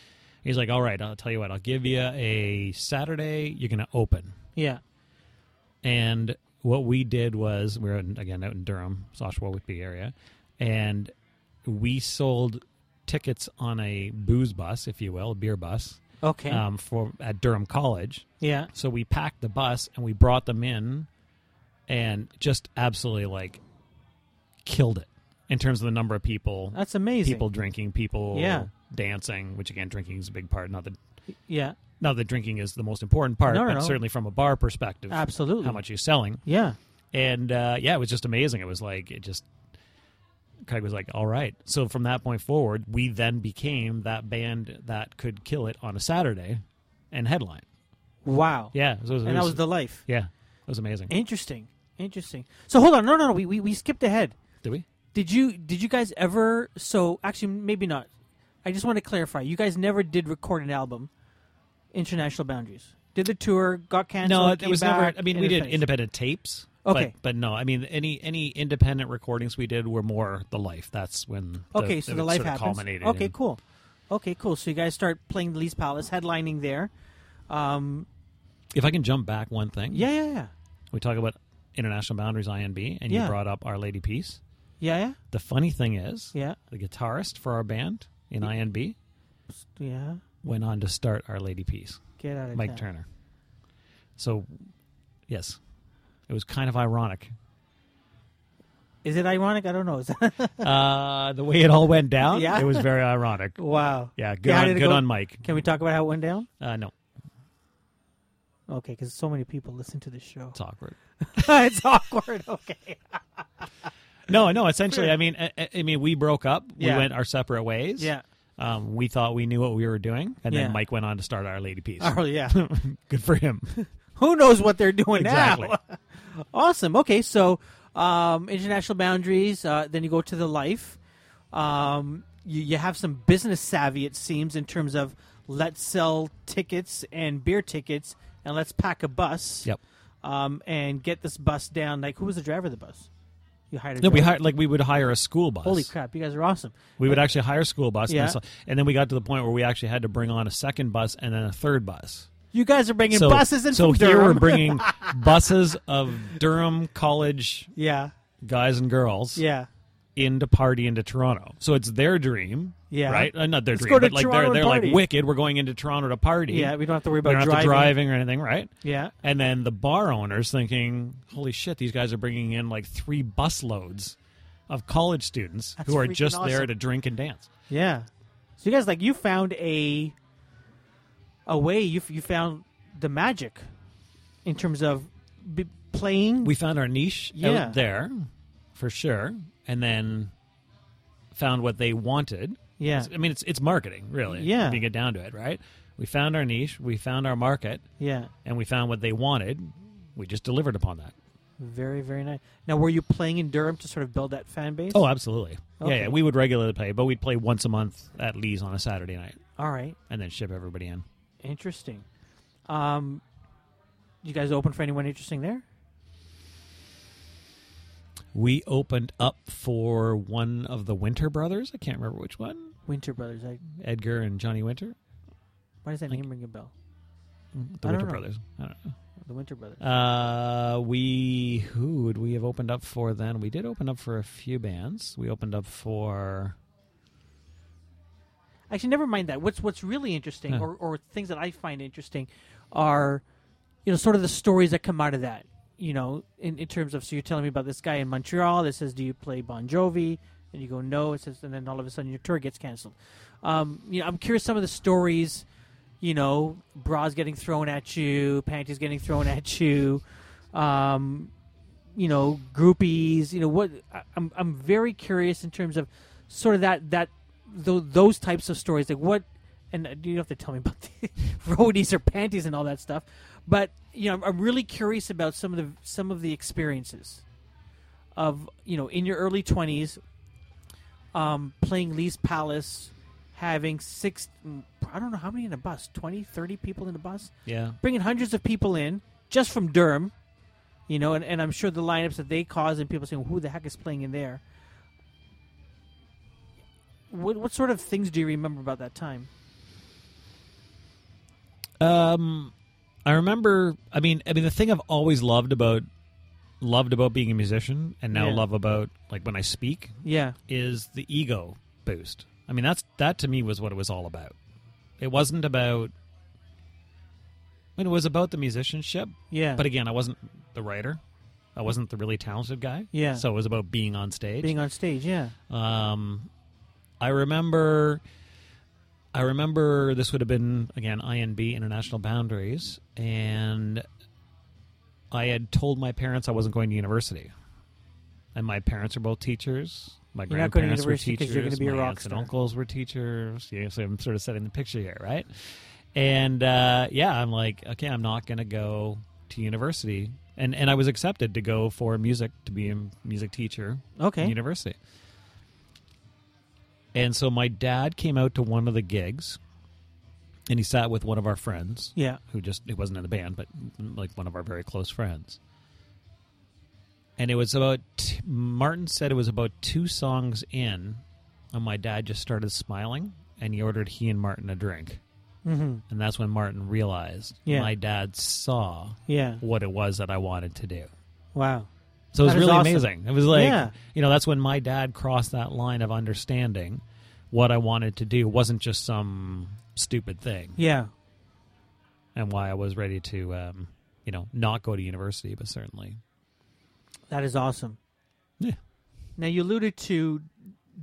Speaker 3: he's like all right i'll tell you what i'll give you a saturday you're gonna open
Speaker 2: Yeah.
Speaker 3: and what we did was we were in, again out in Durham, Soshwa Whitby area, and we sold tickets on a booze bus, if you will, a beer bus,
Speaker 2: Okay.
Speaker 3: um, for at Durham College.
Speaker 2: yeah.
Speaker 3: So we packed the bus and we brought them in and just absolutely like killed it in terms of the number of people,
Speaker 2: That's amazing.
Speaker 3: people drinking, people
Speaker 2: Yeah.
Speaker 3: dancing. Which again, drinking is a big part. Not that
Speaker 2: yeah,
Speaker 3: not that drinking is the most important part,
Speaker 2: No, no,
Speaker 3: but
Speaker 2: no.
Speaker 3: certainly from a bar perspective,
Speaker 2: absolutely.
Speaker 3: how much you're selling.
Speaker 2: Yeah,
Speaker 3: And uh, yeah, it was just amazing. It was like it just. Craig was like, "All right." So from that point forward, we then became that band that could kill it on a Saturday, and headline.
Speaker 2: wow.
Speaker 3: Yeah, so it was, it
Speaker 2: and that was the life.
Speaker 3: yeah, it was amazing.
Speaker 2: Interesting, interesting. So hold on, no, no, no. We, we we skipped ahead.
Speaker 3: Did we?
Speaker 2: Did you did you guys ever? So actually, maybe not. I just want to clarify. You guys never did record an album, International Boundaries. Did the tour got canceled?
Speaker 3: no, it,
Speaker 2: came
Speaker 3: was
Speaker 2: back,
Speaker 3: never. I mean,
Speaker 2: and
Speaker 3: we
Speaker 2: it
Speaker 3: did
Speaker 2: finished.
Speaker 3: independent tapes.
Speaker 2: Okay.
Speaker 3: but, but no, I mean, any any independent recordings we did were more the life. That's when the,
Speaker 2: Okay, so
Speaker 3: uh, it
Speaker 2: the life
Speaker 3: sort of
Speaker 2: happens.
Speaker 3: culminated.
Speaker 2: Okay,
Speaker 3: in-
Speaker 2: cool. Okay, cool. So you guys start playing the Lee's Palace, headlining there. Um,
Speaker 3: If I can jump back one thing,
Speaker 2: yeah, yeah, yeah,
Speaker 3: we talk about international boundaries INB, and
Speaker 2: Yeah.
Speaker 3: you brought up Our Lady Peace.
Speaker 2: yeah, yeah,
Speaker 3: The funny thing is,
Speaker 2: yeah,
Speaker 3: the guitarist for our band in INB
Speaker 2: yeah.
Speaker 3: went on to start Our Lady Peace,
Speaker 2: Get out of
Speaker 3: Mike
Speaker 2: town.
Speaker 3: Turner. So, yes, it was kind of ironic
Speaker 2: Is it ironic? I don't know. Is that
Speaker 3: uh, the way it all went down.
Speaker 2: Yeah.
Speaker 3: it was very ironic.
Speaker 2: wow?
Speaker 3: Yeah, good,
Speaker 2: Yeah, how
Speaker 3: on,
Speaker 2: did it
Speaker 3: good
Speaker 2: go?
Speaker 3: on Mike.
Speaker 2: Can we talk about how it went down?
Speaker 3: Uh, no,
Speaker 2: Okay, because so many people listen to this show.
Speaker 3: it's awkward.
Speaker 2: it's awkward. Okay.
Speaker 3: No, no. Essentially, I mean, I, I- I mean, we broke up.
Speaker 2: Yeah.
Speaker 3: We went our separate ways.
Speaker 2: Yeah.
Speaker 3: Um, we thought we knew what we were doing, and
Speaker 2: Yeah.
Speaker 3: then Mike went on to start Our Lady Peace.
Speaker 2: Oh yeah.
Speaker 3: Good for him.
Speaker 2: Who knows what they're doing
Speaker 3: exactly.
Speaker 2: now? awesome. Okay, so um, international boundaries. Uh, then you go to the life. Um, you, you have some business savvy, it seems, in terms of let's sell tickets and beer tickets, and let's pack a bus.
Speaker 3: Yep.
Speaker 2: Um, and get this bus down. Like, who was the driver of the bus? You hired. A
Speaker 3: No, we
Speaker 2: driver?
Speaker 3: hired like we would hire a school bus.
Speaker 2: Holy crap! You guys are awesome.
Speaker 3: We would actually hire a school bus,
Speaker 2: Yeah.
Speaker 3: and, so- and then we got to the point where we actually had to bring on a second bus and then a third bus.
Speaker 2: You guys are bringing
Speaker 3: so
Speaker 2: buses and
Speaker 3: so
Speaker 2: from
Speaker 3: here
Speaker 2: Durham.
Speaker 3: we're bringing buses of Durham College
Speaker 2: yeah,
Speaker 3: guys and girls
Speaker 2: yeah,
Speaker 3: into party into Toronto. So it's their dream,
Speaker 2: Yeah.
Speaker 3: right? Uh, not their
Speaker 2: Let's
Speaker 3: dream,
Speaker 2: go to
Speaker 3: but like
Speaker 2: Toronto
Speaker 3: they're
Speaker 2: and
Speaker 3: they're
Speaker 2: party.
Speaker 3: like wicked. We're going into Toronto to party.
Speaker 2: yeah. We don't have to worry
Speaker 3: we
Speaker 2: about
Speaker 3: don't have
Speaker 2: driving.
Speaker 3: to driving or anything, right?
Speaker 2: Yeah,
Speaker 3: And then the bar owners thinking, "Holy shit, these guys are bringing in like three busloads of college students
Speaker 2: That's
Speaker 3: who are
Speaker 2: freaking
Speaker 3: just there
Speaker 2: awesome.
Speaker 3: to drink and dance."
Speaker 2: Yeah. So you guys like you found a a way you you found the magic in terms of b- playing.
Speaker 3: We found our niche
Speaker 2: Yeah.
Speaker 3: out there for sure, and then found what they wanted.
Speaker 2: yeah.
Speaker 3: I mean, it's it's marketing, really.
Speaker 2: Yeah.
Speaker 3: if you get down to it, right? We found our niche, we found our market,
Speaker 2: Yeah.
Speaker 3: and we found what they wanted. We just delivered upon that.
Speaker 2: Very very nice. Now were you playing in Durham to sort of build that fan base?
Speaker 3: Oh, absolutely.
Speaker 2: Okay.
Speaker 3: Yeah, yeah, we would regularly play, but we'd play once a month at Lee's on a Saturday night,
Speaker 2: all right.
Speaker 3: and then ship everybody in.
Speaker 2: Interesting. Um you guys open for anyone interesting there?
Speaker 3: We opened up for one of the Winter Brothers. I can't remember which one.
Speaker 2: Winter Brothers. I
Speaker 3: Edgar and Johnny Winter.
Speaker 2: why does that
Speaker 3: Like-
Speaker 2: name ring a bell?
Speaker 3: The
Speaker 2: Mm, I don't
Speaker 3: Winter
Speaker 2: know.
Speaker 3: Brothers. I don't know.
Speaker 2: The Winter Brothers.
Speaker 3: Uh, we who would we have opened up for then? We did open up for a few bands. We opened up for
Speaker 2: Actually, never mind that. What's what's really interesting,
Speaker 3: Huh.
Speaker 2: or, or things that I find interesting, are you know sort of the stories that come out of that. You know, in, in terms of so you're telling me about this guy in Montreal that says, "Do you play Bon Jovi?" And you go, "No." It says, and then all of a sudden your tour gets canceled. Um, you know, I'm curious some of the stories. You know, bras getting thrown at you, panties getting thrown at you. Um, you know, groupies. You know what? I, I'm I'm very curious in terms of sort of that that tho- those types of stories like what and uh, you don't have to tell me about the roadies or panties and all that stuff but you know I'm, I'm really curious about some of the some of the experiences of you know in your early 20s um, playing lee's palace having six mm, i don't know how many in a bus 20 30 people in a bus
Speaker 3: yeah.
Speaker 2: bringing hundreds of people in just from Durham, you know, and, and I'm sure the lineups that they cause and people saying, who the heck is playing in there? What, what sort of things do you remember about that time?
Speaker 3: Um, I remember. I mean, I mean, the thing I've always loved about loved about being a musician, and now
Speaker 2: Yeah.
Speaker 3: love about like when I speak
Speaker 2: Yeah.
Speaker 3: is the ego boost. I mean, that's that to me was what it was all about. It wasn't about. I mean, it was about the musicianship,
Speaker 2: Yeah.
Speaker 3: but again, I wasn't the writer. I wasn't the really talented guy.
Speaker 2: Yeah.
Speaker 3: So it was about being on stage.
Speaker 2: Being on stage, yeah.
Speaker 3: Um, I remember, I remember this would have been again INB International Boundaries, and I had told my parents I wasn't going to university, and my parents are both teachers. My
Speaker 2: You're not going to
Speaker 3: grandparents were
Speaker 2: university 'cause
Speaker 3: teachers.
Speaker 2: you're gonna be a
Speaker 3: my
Speaker 2: rock
Speaker 3: aunts and
Speaker 2: star.
Speaker 3: uncles were teachers. Yeah, so I'm sort of setting the picture here, right? And uh, yeah, I'm like, okay, I'm not going to go to university, and and I was accepted to go for music to be a music teacher
Speaker 2: Okay.
Speaker 3: university. And so my dad came out to one of the gigs, and he sat with one of our friends
Speaker 2: Yeah.
Speaker 3: who just it wasn't in the band, but like one of our very close friends. And it was about Martin said it was about two songs in, and my dad just started smiling, and he ordered he and Martin a drink,
Speaker 2: Mm-hmm.
Speaker 3: and that's when Martin realized
Speaker 2: Yeah.
Speaker 3: my dad saw
Speaker 2: Yeah.
Speaker 3: what it was that I wanted to do.
Speaker 2: Wow.
Speaker 3: So it was
Speaker 2: That is
Speaker 3: really
Speaker 2: awesome.
Speaker 3: amazing. It was like,
Speaker 2: Yeah.
Speaker 3: you know, that's when my dad crossed that line of understanding what I wanted to do It wasn't just some stupid thing
Speaker 2: Yeah.
Speaker 3: and why I was ready to, um, you know, not go to university, but certainly.
Speaker 2: That is awesome.
Speaker 3: Yeah.
Speaker 2: Now you alluded to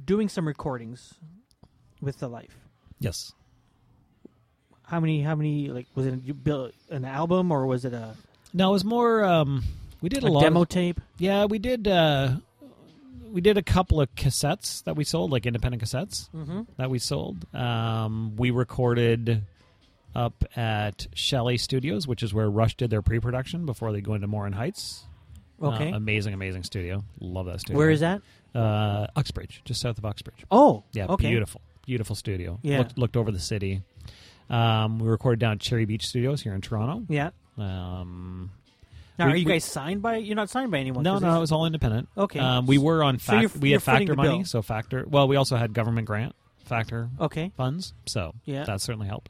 Speaker 2: doing some recordings with the life.
Speaker 3: Yes.
Speaker 2: How many? How many? Like, was it you built an album or was it a,
Speaker 3: No, it was more, um, we did a,
Speaker 2: a
Speaker 3: lot.
Speaker 2: demo
Speaker 3: of-
Speaker 2: tape?
Speaker 3: yeah, we did, uh, we did a couple of cassettes that we sold, like independent cassettes.
Speaker 2: Mm-hmm.
Speaker 3: that we sold. Um, we recorded up at Chalet Studios, which is where Rush did their pre-production before they go into Morin Heights.
Speaker 2: Okay.
Speaker 3: Uh, amazing, amazing studio. Love that studio.
Speaker 2: Where is that?
Speaker 3: Uh, Uxbridge, just south of Uxbridge.
Speaker 2: Oh,
Speaker 3: Yeah,
Speaker 2: Okay.
Speaker 3: beautiful, beautiful studio.
Speaker 2: Yeah.
Speaker 3: Looked, looked over the city. Um, we recorded down at Cherry Beach Studios here in Toronto.
Speaker 2: Yeah.
Speaker 3: Um,
Speaker 2: Now,
Speaker 3: We-
Speaker 2: are you
Speaker 3: we-
Speaker 2: guys signed by? You're not signed by anyone.
Speaker 3: no,
Speaker 2: 'cause
Speaker 3: no, it
Speaker 2: it's-
Speaker 3: was all independent.
Speaker 2: Okay.
Speaker 3: Um, we were on
Speaker 2: So
Speaker 3: fact.
Speaker 2: you're-
Speaker 3: we
Speaker 2: you're
Speaker 3: had
Speaker 2: footing
Speaker 3: factor
Speaker 2: the
Speaker 3: money,
Speaker 2: bill.
Speaker 3: so factor. Well, we also had government grant factor
Speaker 2: Okay.
Speaker 3: funds. So
Speaker 2: Yeah.
Speaker 3: that certainly helped.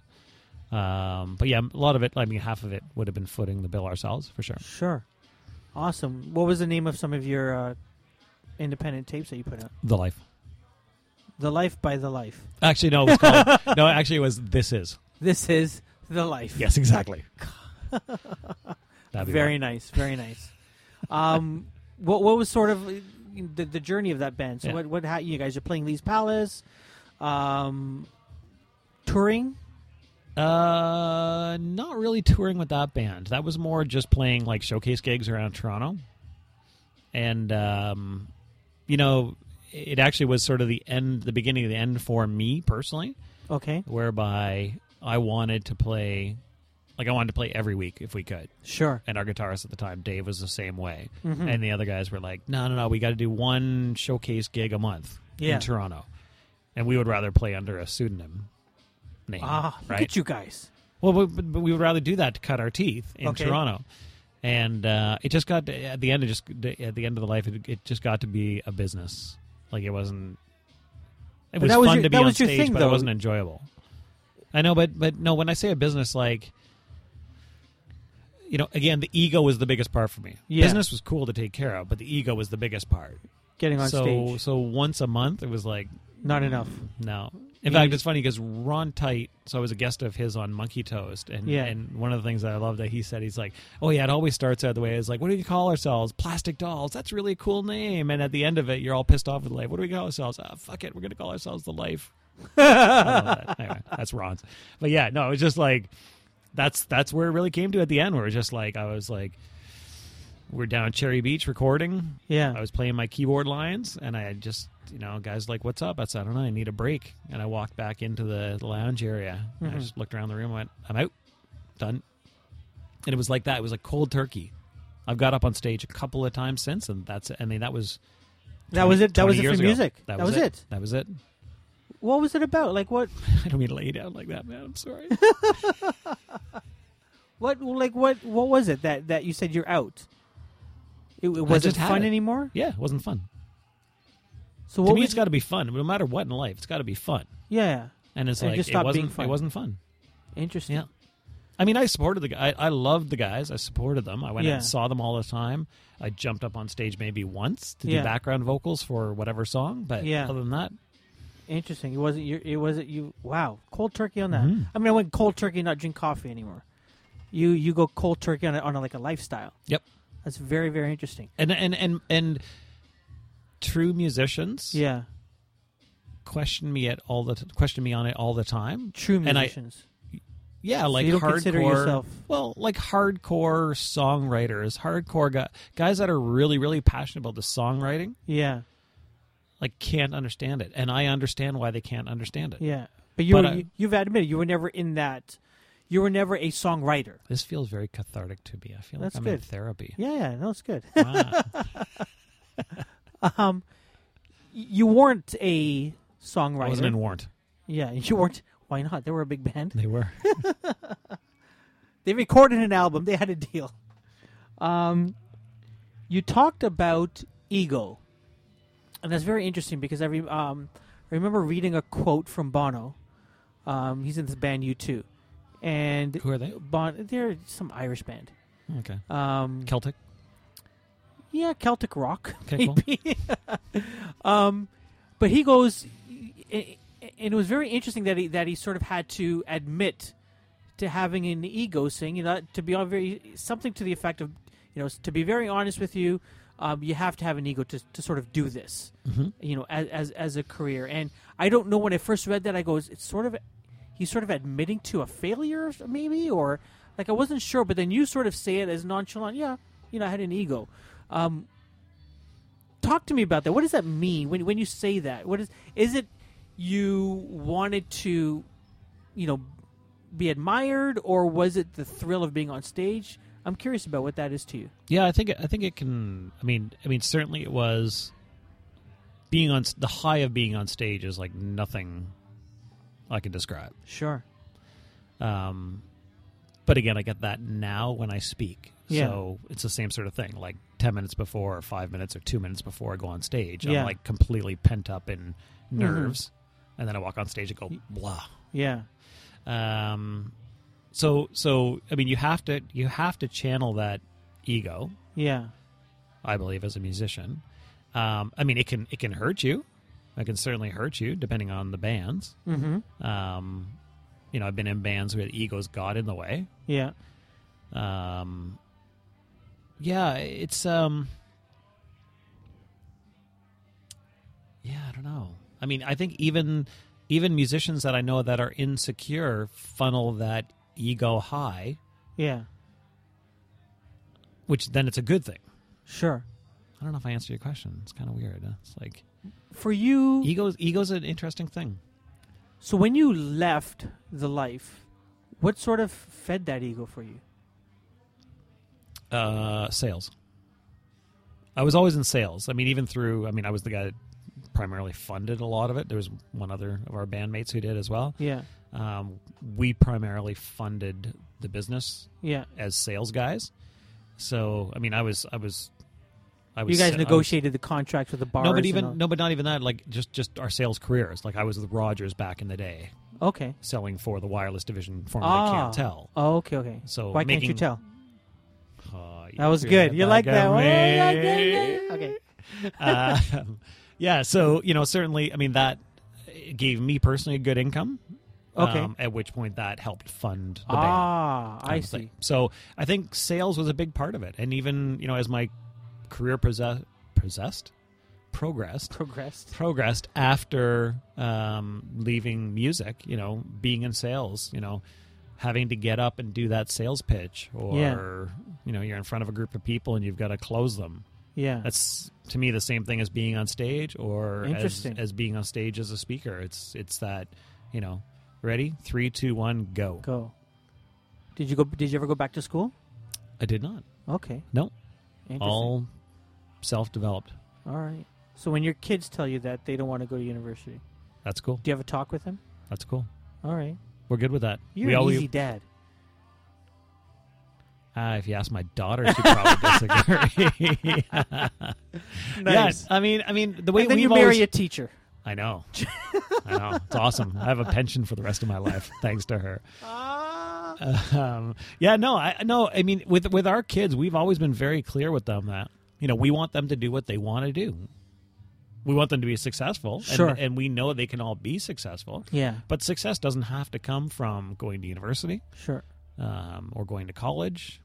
Speaker 3: Um, but yeah, a lot of it, I mean, half of it would have been footing the bill ourselves for sure.
Speaker 2: Sure. Awesome. What was the name of some of your uh, independent tapes that you put out?
Speaker 3: The life.
Speaker 2: The Life by the Life.
Speaker 3: Actually, no, it was called, no, actually, it was This Is.
Speaker 2: This is the life.
Speaker 3: Yes, exactly. That'd be
Speaker 2: Very
Speaker 3: one.
Speaker 2: nice. Very nice. um, what what was sort of uh, the, the journey of that band? So
Speaker 3: Yeah.
Speaker 2: what what how, you guys are playing Lee's Palace, um, touring.
Speaker 3: Uh, not really touring with that band. That was more just playing like showcase gigs around Toronto. And, um, you know, it actually was sort of the end, the beginning of the end for me personally.
Speaker 2: Okay.
Speaker 3: whereby I wanted to play, like I wanted to play every week if we could.
Speaker 2: Sure.
Speaker 3: And our guitarist at the time, Dave, was the same way.
Speaker 2: Mhm.
Speaker 3: And the other guys were like, no, no, no, we got to do one showcase gig a month
Speaker 2: Yeah.
Speaker 3: in Toronto. And we would rather play under a pseudonym name.
Speaker 2: Ah, look
Speaker 3: right?
Speaker 2: at you guys.
Speaker 3: Well, but, but we would rather do that to cut our teeth in
Speaker 2: Okay.
Speaker 3: Toronto. And uh, it just got to, at the end of just at the end of the life, it, it just got to be a business. Like it wasn't. It
Speaker 2: But
Speaker 3: was
Speaker 2: that was
Speaker 3: fun
Speaker 2: your-
Speaker 3: to be
Speaker 2: that
Speaker 3: on
Speaker 2: was your
Speaker 3: stage,
Speaker 2: thing,
Speaker 3: but it
Speaker 2: though.
Speaker 3: wasn't enjoyable. I know, but but no. When I say a business, like you know, again, the ego was the biggest part for me.
Speaker 2: Yeah.
Speaker 3: Business was cool to take care of, but the ego was the biggest part.
Speaker 2: Getting on
Speaker 3: so
Speaker 2: stage.
Speaker 3: so once a month, it was like
Speaker 2: Not enough.
Speaker 3: no. In
Speaker 2: Yeah.
Speaker 3: fact, it's funny because Ron Tight, so I was a guest of his on Monkey Toast, and
Speaker 2: Yeah.
Speaker 3: and one of the things that I love that he said, he's like, oh yeah, it always starts out the way is like, what do we call ourselves? Plastic dolls. That's really a cool name. And at the end of it, you're all pissed off with life. What do we call ourselves? Ah, fuck it, we're gonna call ourselves the life. I love that. Anyway, that's Ron's. But yeah, no, it's just like that's that's where it really came to at the end. Where it was just like I was like, we're down at Cherry Beach recording. I
Speaker 2: Yeah.
Speaker 3: was playing my keyboard lines, and I had just, you know, guys like, "What's up?" I said, "I don't know. I need a break." And I walked back into the lounge area. And I
Speaker 2: Mhm.
Speaker 3: just looked around the room. and went, "I'm out, done." And it was like that. It was like cold turkey. I've got up on stage a couple of times since, and that's. I mean, that was.
Speaker 2: That was
Speaker 3: 20
Speaker 2: it. That was
Speaker 3: 20
Speaker 2: it
Speaker 3: years
Speaker 2: for
Speaker 3: ago.
Speaker 2: music.
Speaker 3: That, was, it. That was it.
Speaker 2: What was it about? Like what?
Speaker 3: I don't mean to lay you down like that, man. I'm sorry.
Speaker 2: What? Like what? What was it that that you said you're out? It, it wasn't
Speaker 3: just had
Speaker 2: fun
Speaker 3: it.
Speaker 2: anymore.
Speaker 3: yeah, it wasn't fun.
Speaker 2: So what
Speaker 3: to me,
Speaker 2: was
Speaker 3: it's got to be fun. No matter what in life, it's got to be fun.
Speaker 2: Yeah.
Speaker 3: And it's
Speaker 2: And it
Speaker 3: like
Speaker 2: just
Speaker 3: it
Speaker 2: stopped being
Speaker 3: wasn't.
Speaker 2: fun.
Speaker 3: It wasn't fun.
Speaker 2: Interesting.
Speaker 3: Yeah. I mean, I supported the guy. I, I loved the guys. I supported them. I went out
Speaker 2: Yeah.
Speaker 3: and saw them all the time. I jumped up on stage maybe once to
Speaker 2: Yeah.
Speaker 3: do background vocals for whatever song, but
Speaker 2: Yeah.
Speaker 3: other than that,
Speaker 2: Interesting. It wasn't your. It wasn't you. Wow. Cold turkey on that.
Speaker 3: Mhm.
Speaker 2: I mean, I went cold turkey, not drink coffee anymore. You you go cold turkey on a, on a, like a lifestyle.
Speaker 3: Yep.
Speaker 2: That's very very interesting.
Speaker 3: and and and and true musicians
Speaker 2: Yeah,
Speaker 3: question me at all the t- question me on it all the time.
Speaker 2: true
Speaker 3: And I-
Speaker 2: musicians.
Speaker 3: Yeah, like
Speaker 2: you don't
Speaker 3: hardcore.
Speaker 2: consider yourself-
Speaker 3: Well, like hardcore songwriters, hardcore guy, guys that are really really passionate about the songwriting,
Speaker 2: yeah,
Speaker 3: like can't understand it, and I understand why they can't understand it.
Speaker 2: yeah. But you
Speaker 3: But
Speaker 2: were,
Speaker 3: I-
Speaker 2: you, you've admitted you were never in that. You were never a songwriter.
Speaker 3: This feels very cathartic to me. I feel
Speaker 2: That's
Speaker 3: like I'm in
Speaker 2: good.
Speaker 3: therapy.
Speaker 2: Yeah, yeah. No, it's good.
Speaker 3: Wow.
Speaker 2: um, y- you weren't a
Speaker 3: I
Speaker 2: songwriter.
Speaker 3: wasn't in warrant.
Speaker 2: yeah, you weren't. Why not? They were a big band.
Speaker 3: They were.
Speaker 2: They recorded an album. They had a deal. Um, you talked about ego, and that's very interesting because I, re- um, I remember reading a quote from Bono. Um, he's in this band U two, and
Speaker 3: Who are they?
Speaker 2: Bon they're some Irish band.
Speaker 3: Okay.
Speaker 2: Um,
Speaker 3: Celtic.
Speaker 2: yeah, Celtic rock.
Speaker 3: Okay, cool.
Speaker 2: maybe. um, but he goes, and it was very interesting that he that he sort of had to admit to having an ego, saying, you know, to be all very something to the effect of, you know, to be very honest with you, um, you have to have an ego to to sort of do this,
Speaker 3: Mhm.
Speaker 2: you know, as as as a career. And I don't know when I first read that, I go, it's sort of, he's sort of admitting to a failure, maybe, or like I wasn't sure. But then you sort of say it as nonchalant, yeah, you know, I had an ego. Um, talk to me about that. What does that mean when when you say that? What is is it you wanted to, you know, be admired, or was it the thrill of being on stage? I'm curious about what that is to you.
Speaker 3: Yeah, I think I think it can. I mean, I mean, certainly it was being on s- the high of being on stage is like nothing I can describe.
Speaker 2: Sure.
Speaker 3: Um, but again, I get that now when I speak.
Speaker 2: Yeah.
Speaker 3: So it's the same sort of thing. Like ten minutes before, or five minutes, or two minutes before I go on stage,
Speaker 2: Yeah. Mm-hmm.
Speaker 3: I'm like completely pent up in nerves, and then I walk on stage and go blah.
Speaker 2: Yeah.
Speaker 3: Um, so so I mean, you have to you have to channel that ego.
Speaker 2: Yeah.
Speaker 3: I believe, as a musician. Um, I mean, it can it can hurt you. It can certainly hurt you, depending on the bands.
Speaker 2: Mm-hmm.
Speaker 3: Um, you know, I've been in bands where the ego's got in the way.
Speaker 2: Yeah.
Speaker 3: Um, yeah, it's um, yeah, I don't know. I mean, I think even even musicians that I know that are insecure funnel that ego high,
Speaker 2: Yeah.
Speaker 3: which then it's a good thing.
Speaker 2: Sure.
Speaker 3: I don't know if I answered your question. It's kind of weird. It's like
Speaker 2: For you,
Speaker 3: ego's ego's an interesting thing.
Speaker 2: so when you left the life, what sort of fed that ego for you?
Speaker 3: Uh, sales. I was always in sales. I mean, even through. I mean, I was the guy that primarily funded a lot of it. There was one other of our bandmates who did as well.
Speaker 2: Yeah.
Speaker 3: Um, we primarily funded the business
Speaker 2: Yeah.
Speaker 3: as sales guys. So, I mean, I was, I was, I was.
Speaker 2: You guys
Speaker 3: I was-
Speaker 2: negotiated the contracts with the bars.
Speaker 3: No, but
Speaker 2: and
Speaker 3: even
Speaker 2: all-
Speaker 3: no, but not even that. Like just just our sales careers. Like I was with Rogers back in the day,
Speaker 2: Okay.
Speaker 3: selling for the wireless division. Formerly
Speaker 2: Ah.
Speaker 3: can't tell.
Speaker 2: Oh, okay. Okay.
Speaker 3: So
Speaker 2: Why can't you
Speaker 3: making- Ah,
Speaker 2: tell?
Speaker 3: Aw,
Speaker 2: That was
Speaker 3: threw
Speaker 2: good. You
Speaker 3: back
Speaker 2: like that
Speaker 3: at
Speaker 2: one? Oh,
Speaker 3: me.
Speaker 2: Yeah, yeah, yeah, yeah. Okay.
Speaker 3: Um, yeah. So you know, certainly, I mean, that it gave me personally a good income. um,
Speaker 2: Okay.
Speaker 3: at which point, that helped fund the band.
Speaker 2: ah,
Speaker 3: kind
Speaker 2: I
Speaker 3: of thing.
Speaker 2: see.
Speaker 3: So I think sales was a big part of it, and even you know, as my career possess- possessed, progressed,
Speaker 2: Progressed.
Speaker 3: progressed after um, leaving music, you know, being in sales, you know, having to get up and do that sales pitch, or you know, you're in front of a group of people and you've got to close them.
Speaker 2: Yeah.
Speaker 3: That's to me the same thing as being on stage, or as,
Speaker 2: Interesting.
Speaker 3: as being on stage as a speaker. It's it's that you know, ready, three, two, one, go.
Speaker 2: go. Did you go? Did you ever go back to school?
Speaker 3: I did not.
Speaker 2: Okay.
Speaker 3: No,
Speaker 2: Interesting.
Speaker 3: all self developed.
Speaker 2: All right. So when your kids tell you that they don't want to go to university,
Speaker 3: That's cool.
Speaker 2: do you have a talk with them?
Speaker 3: That's cool.
Speaker 2: All right.
Speaker 3: We're good with that.
Speaker 2: You're
Speaker 3: we
Speaker 2: an
Speaker 3: always,
Speaker 2: easy dad.
Speaker 3: Uh, if you ask my daughter, she probably disagree. Yes, I mean, I mean, the way
Speaker 2: and then
Speaker 3: we
Speaker 2: you marry a teacher.
Speaker 3: I know, I know, it's awesome. I have a pension for the rest of my life thanks to her. Um, yeah, no, I no, I mean, with with our kids, we've always been very clear with them that you know we want them to do what they want to do. We want them to be successful, and-
Speaker 2: Sure.
Speaker 3: and, we know they can all be successful.
Speaker 2: Yeah.
Speaker 3: But success doesn't have to come from going to university
Speaker 2: Sure.
Speaker 3: um, or going to college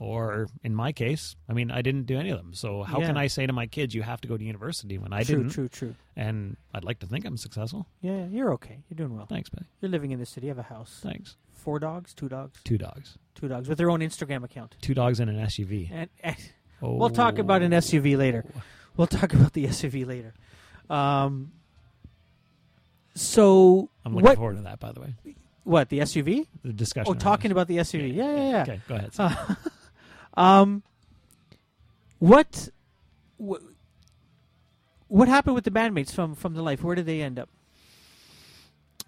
Speaker 3: or in my case, I mean, I didn't do any of them. So how
Speaker 2: Yeah.
Speaker 3: can I say to my kids, "You have to go to university" when I
Speaker 2: true,
Speaker 3: didn't?
Speaker 2: true, true.
Speaker 3: And I'd like to think I'm successful.
Speaker 2: Yeah, you're okay. You're doing well.
Speaker 3: Thanks, buddy.
Speaker 2: You're living in the city. You have a house.
Speaker 3: Thanks.
Speaker 2: Four dogs, two dogs,
Speaker 3: Two dogs.
Speaker 2: two dogs with their own Instagram account.
Speaker 3: Two dogs and an SUV.
Speaker 2: And, and
Speaker 3: Oh.
Speaker 2: we'll talk about an SUV later. We'll talk about the SUV later. Um, so
Speaker 3: I'm looking
Speaker 2: what?
Speaker 3: forward to that, by the way.
Speaker 2: What the SUV?
Speaker 3: The discussion.
Speaker 2: Oh,
Speaker 3: around
Speaker 2: talking
Speaker 3: this.
Speaker 2: about the SUV. Yeah, yeah, yeah.
Speaker 3: Okay, go ahead.
Speaker 2: Um, what, what, what happened with the bandmates from from the life? Where did they end up?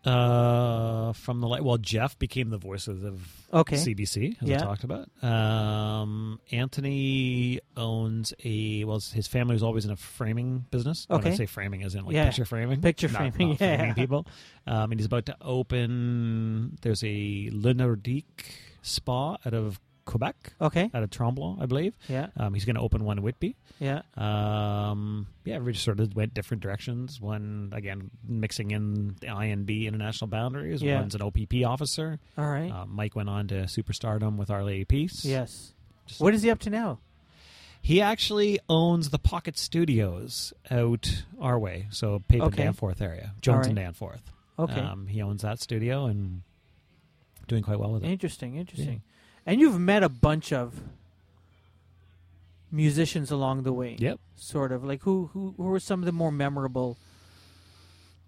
Speaker 3: Uh, from the light. Well, Jeff became the voice of the
Speaker 2: Okay,
Speaker 3: CBC, as I
Speaker 2: Yeah.
Speaker 3: talked about. Um, Anthony owns a well, his family was always in a framing business. When I
Speaker 2: Okay.
Speaker 3: say framing, as in like
Speaker 2: Yeah.
Speaker 3: picture framing,
Speaker 2: Picture
Speaker 3: not-
Speaker 2: framing,
Speaker 3: not
Speaker 2: yeah.
Speaker 3: framing people. Um, and he's about to open. There's a Le Nordique spa out of Quebec,
Speaker 2: okay,
Speaker 3: out of Tremblant, I believe.
Speaker 2: yeah,
Speaker 3: Um, he's going to open one in Whitby.
Speaker 2: yeah,
Speaker 3: Um, yeah, we just sort of went different directions. One again, mixing in the INB international boundaries.
Speaker 2: Yeah.
Speaker 3: One's an OPP officer.
Speaker 2: all right,
Speaker 3: Uh, Mike went on to superstardom with Our Lady Peace.
Speaker 2: yes.
Speaker 3: Just-
Speaker 2: What is he up to now?
Speaker 3: He actually owns the Pocket Studios out our way, so Pape and
Speaker 2: Okay.
Speaker 3: Danforth area, Jones and
Speaker 2: right.
Speaker 3: Danforth.
Speaker 2: Okay,
Speaker 3: Um, he owns that studio and doing quite well with it.
Speaker 2: interesting, interesting. And you've met a bunch of musicians along the way.
Speaker 3: Yep.
Speaker 2: Sort of like who who who were some of the more memorable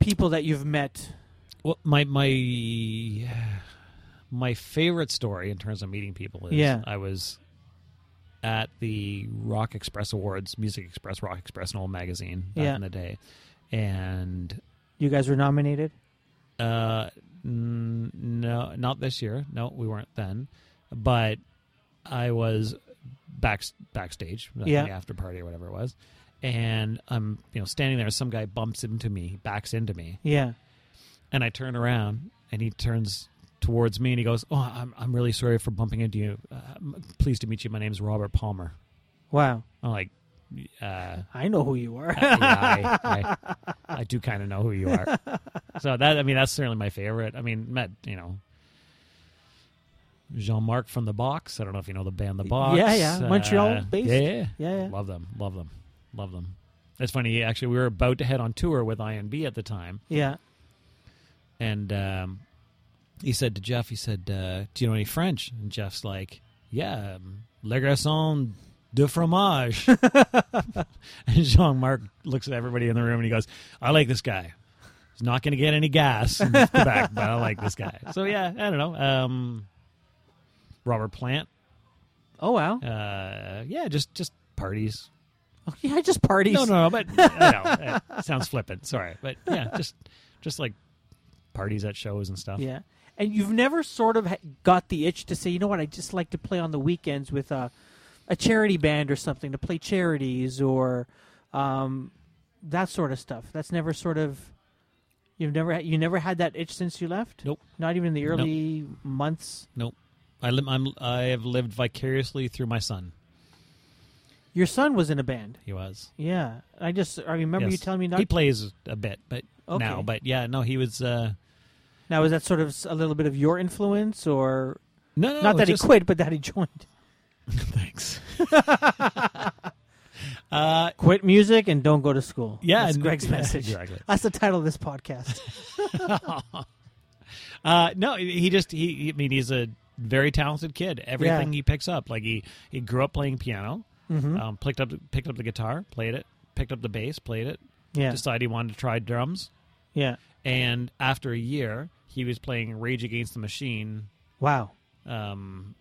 Speaker 2: people that you've met?
Speaker 3: Well, my my my favorite story in terms of meeting people is
Speaker 2: Yeah.
Speaker 3: I was at the Rock Express Awards, Music Express, Rock Express, an old magazine back
Speaker 2: Yeah.
Speaker 3: in the day, and
Speaker 2: You guys were nominated.
Speaker 3: Uh, n- no, not this year. No, we weren't then. But I was back backstage, like
Speaker 2: Yeah.
Speaker 3: the after party or whatever it was, and I'm you know standing there. Some guy bumps into me, he backs into me,
Speaker 2: Yeah.
Speaker 3: and I turn around, and he turns towards me, and he goes, "Oh, I'm I'm really sorry for bumping into you. Uh, m- pleased to meet you. My name's Robert Palmer."
Speaker 2: Wow.
Speaker 3: I'm like. Uh,
Speaker 2: I know who you are.
Speaker 3: yeah, I, I, I do kind of know who you are. So that I mean, that's certainly my favorite. I mean, met you know Jean Marc from the Box. I don't know if you know the band The Box. Uh,
Speaker 2: Yeah, yeah. Montreal based.
Speaker 3: Yeah, yeah,
Speaker 2: Yeah, yeah.
Speaker 3: Love them, love them, love them. It's funny. Actually, we were about to head on tour with INB at the time,
Speaker 2: yeah.
Speaker 3: and um, he said to Jeff, he said, uh, "Do you know any French?" And Jeff's like, "Yeah, um, le garçon de fromage." and Jean Marc looks at everybody in the room and he goes, "I like this guy. He's not going to get any gas in Quebec, but I like this guy." So yeah, I don't know. Um, Robert Plant,
Speaker 2: Oh wow.
Speaker 3: uh, yeah, just just parties.
Speaker 2: Yeah, just parties.
Speaker 3: No, no, no, but I know, it sounds flippant. Sorry, but yeah, just just like parties at shows and stuff.
Speaker 2: Yeah. And you've never sort of ha- got the itch to say, you know what, I just like to play on the weekends with a, a charity band or something to play charities or um, that sort of stuff. That's never sort of you've never you never had that itch since you left.
Speaker 3: Nope.
Speaker 2: Not even in the early months.
Speaker 3: I li- I'm, I have lived vicariously through my son.
Speaker 2: Your son was in a band.
Speaker 3: He was.
Speaker 2: Yeah, I just I remember you
Speaker 3: Yes.
Speaker 2: telling me not.
Speaker 3: He plays a bit, but
Speaker 2: Okay.
Speaker 3: now, but yeah, no, he was. Uh,
Speaker 2: now is that sort of s- a little bit of your influence or
Speaker 3: no, no,
Speaker 2: not
Speaker 3: no,
Speaker 2: that
Speaker 3: just,
Speaker 2: he quit, but that he joined.
Speaker 3: Thanks. uh,
Speaker 2: Quit music and don't go to school.
Speaker 3: yeah,
Speaker 2: that's
Speaker 3: and-
Speaker 2: Greg's
Speaker 3: yeah,
Speaker 2: message.
Speaker 3: Exactly.
Speaker 2: That's the title of this podcast.
Speaker 3: Uh, no, he just he. I mean, he's a very talented kid. Everything he picks up, like he he grew up playing piano,
Speaker 2: Mm-hmm.
Speaker 3: um, picked up picked up the guitar, played it, picked up the bass, played it.
Speaker 2: yeah,
Speaker 3: Decided he wanted to try drums,
Speaker 2: yeah.
Speaker 3: and after a year, he was playing Rage Against the Machine
Speaker 2: Wow.
Speaker 3: um,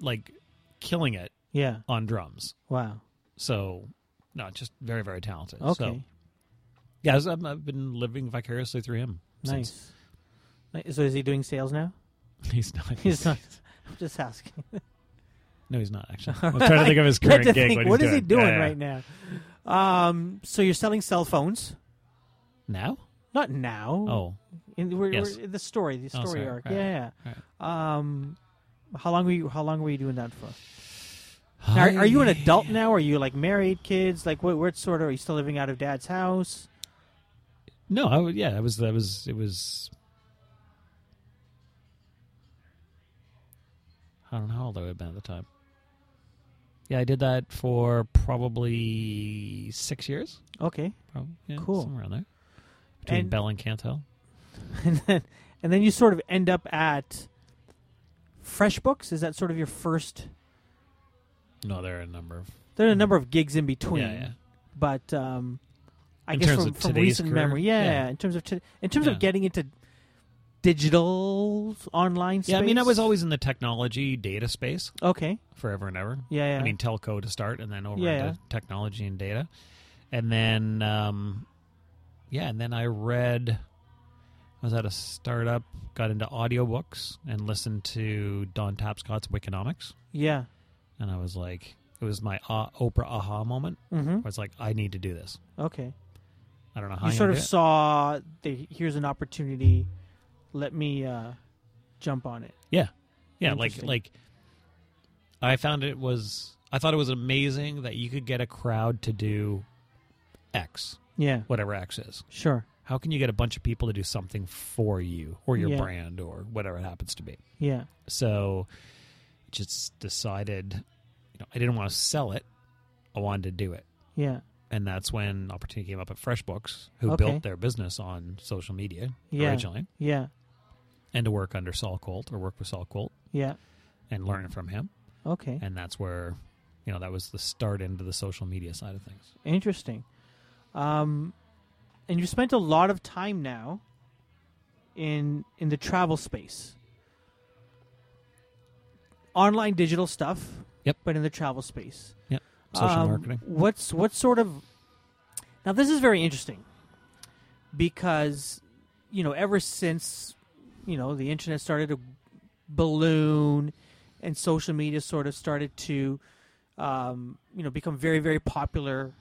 Speaker 3: like killing it
Speaker 2: Yeah.
Speaker 3: on drums.
Speaker 2: Wow.
Speaker 3: So, no, just very, very talented. So,
Speaker 2: Okay.
Speaker 3: yeah, so I've, I've been living vicariously through him. since-
Speaker 2: nice. Ni- So is he doing sales now?
Speaker 3: He's not.
Speaker 2: He's not. I'm just asking.
Speaker 3: No, he's not actually. I'm trying to think of his current
Speaker 2: to
Speaker 3: gig.
Speaker 2: think,
Speaker 3: what
Speaker 2: what
Speaker 3: he's Uh,
Speaker 2: is he
Speaker 3: doing
Speaker 2: doing right now? Um. So you're selling cell phones?
Speaker 3: now?
Speaker 2: Not now.
Speaker 3: Oh,
Speaker 2: In, we're,
Speaker 3: Yes.
Speaker 2: we're in the story, the
Speaker 3: Oh,
Speaker 2: story
Speaker 3: sorry.
Speaker 2: arc.
Speaker 3: Right,
Speaker 2: Yeah.
Speaker 3: right,
Speaker 2: yeah. Um. How long were you? How long were you doing that for? Now, are, are you an adult now? Are you like married, kids? Like what? What sort of? Are you still living out of dad's house?
Speaker 3: No, I, would- yeah, I was. I was. It was. I don't know how old I would have been at the time. Yeah, I did that for probably six years.
Speaker 2: Okay.
Speaker 3: Probably, yeah,
Speaker 2: Cool.
Speaker 3: Somewhere around there. Between
Speaker 2: And-
Speaker 3: Bell and Cantel.
Speaker 2: and then and then you sort of end up at FreshBooks. Is that sort of your first?
Speaker 3: No, there are a number of.
Speaker 2: There are a number of gigs in between,
Speaker 3: Yeah, yeah.
Speaker 2: but um, I
Speaker 3: In
Speaker 2: guess
Speaker 3: terms
Speaker 2: from,
Speaker 3: of
Speaker 2: from
Speaker 3: today's
Speaker 2: recent
Speaker 3: career?
Speaker 2: memory, yeah,
Speaker 3: Yeah.
Speaker 2: in terms of to, in terms
Speaker 3: Yeah.
Speaker 2: of getting into digital online. Space.
Speaker 3: Yeah, I mean, I was always in the technology data space
Speaker 2: okay.
Speaker 3: forever and ever.
Speaker 2: Yeah, yeah.
Speaker 3: I mean, telco to start, and then over
Speaker 2: Yeah,
Speaker 3: into technology and data, and then um, yeah, and then I read. I was at a startup, got into audiobooks, and listened to Don Tapscott's Wiconomics,
Speaker 2: yeah.
Speaker 3: and I was like, it was my ah, Oprah aha moment.
Speaker 2: Mm-hmm.
Speaker 3: Where it's like, I need to do this.
Speaker 2: Okay.
Speaker 3: I don't know how
Speaker 2: You
Speaker 3: I'm
Speaker 2: sort of
Speaker 3: gonna do it.
Speaker 2: saw the here's an opportunity. Let me uh, jump on it.
Speaker 3: yeah, like
Speaker 2: Interesting.
Speaker 3: like I found it was I thought it was amazing that you could get a crowd to do X,
Speaker 2: Yeah.
Speaker 3: whatever X is.
Speaker 2: Sure.
Speaker 3: How can you get a bunch of people to do something for you or your
Speaker 2: Yeah.
Speaker 3: brand or whatever it happens to be?
Speaker 2: Yeah.
Speaker 3: So just decided, you know, I didn't want to sell it. I wanted to do it.
Speaker 2: Yeah.
Speaker 3: And that's when opportunity came up at FreshBooks, who
Speaker 2: Okay.
Speaker 3: built their business on social media
Speaker 2: Yeah.
Speaker 3: originally,
Speaker 2: Yeah.
Speaker 3: and to work under Saul Colt or work with Saul Colt
Speaker 2: Yeah.
Speaker 3: and learn from him.
Speaker 2: Okay.
Speaker 3: And that's where, you know, that was the start into the social media side of things.
Speaker 2: Interesting. Um, and you've spent a lot of time now in in the travel space. Online digital stuff.
Speaker 3: Yep.
Speaker 2: But in the travel space.
Speaker 3: Yep. Social
Speaker 2: Um,
Speaker 3: marketing.
Speaker 2: What's what sort of now this is very interesting because you know, ever since you know, the internet started to balloon and social media sort of started to um, you know, become very, very popular.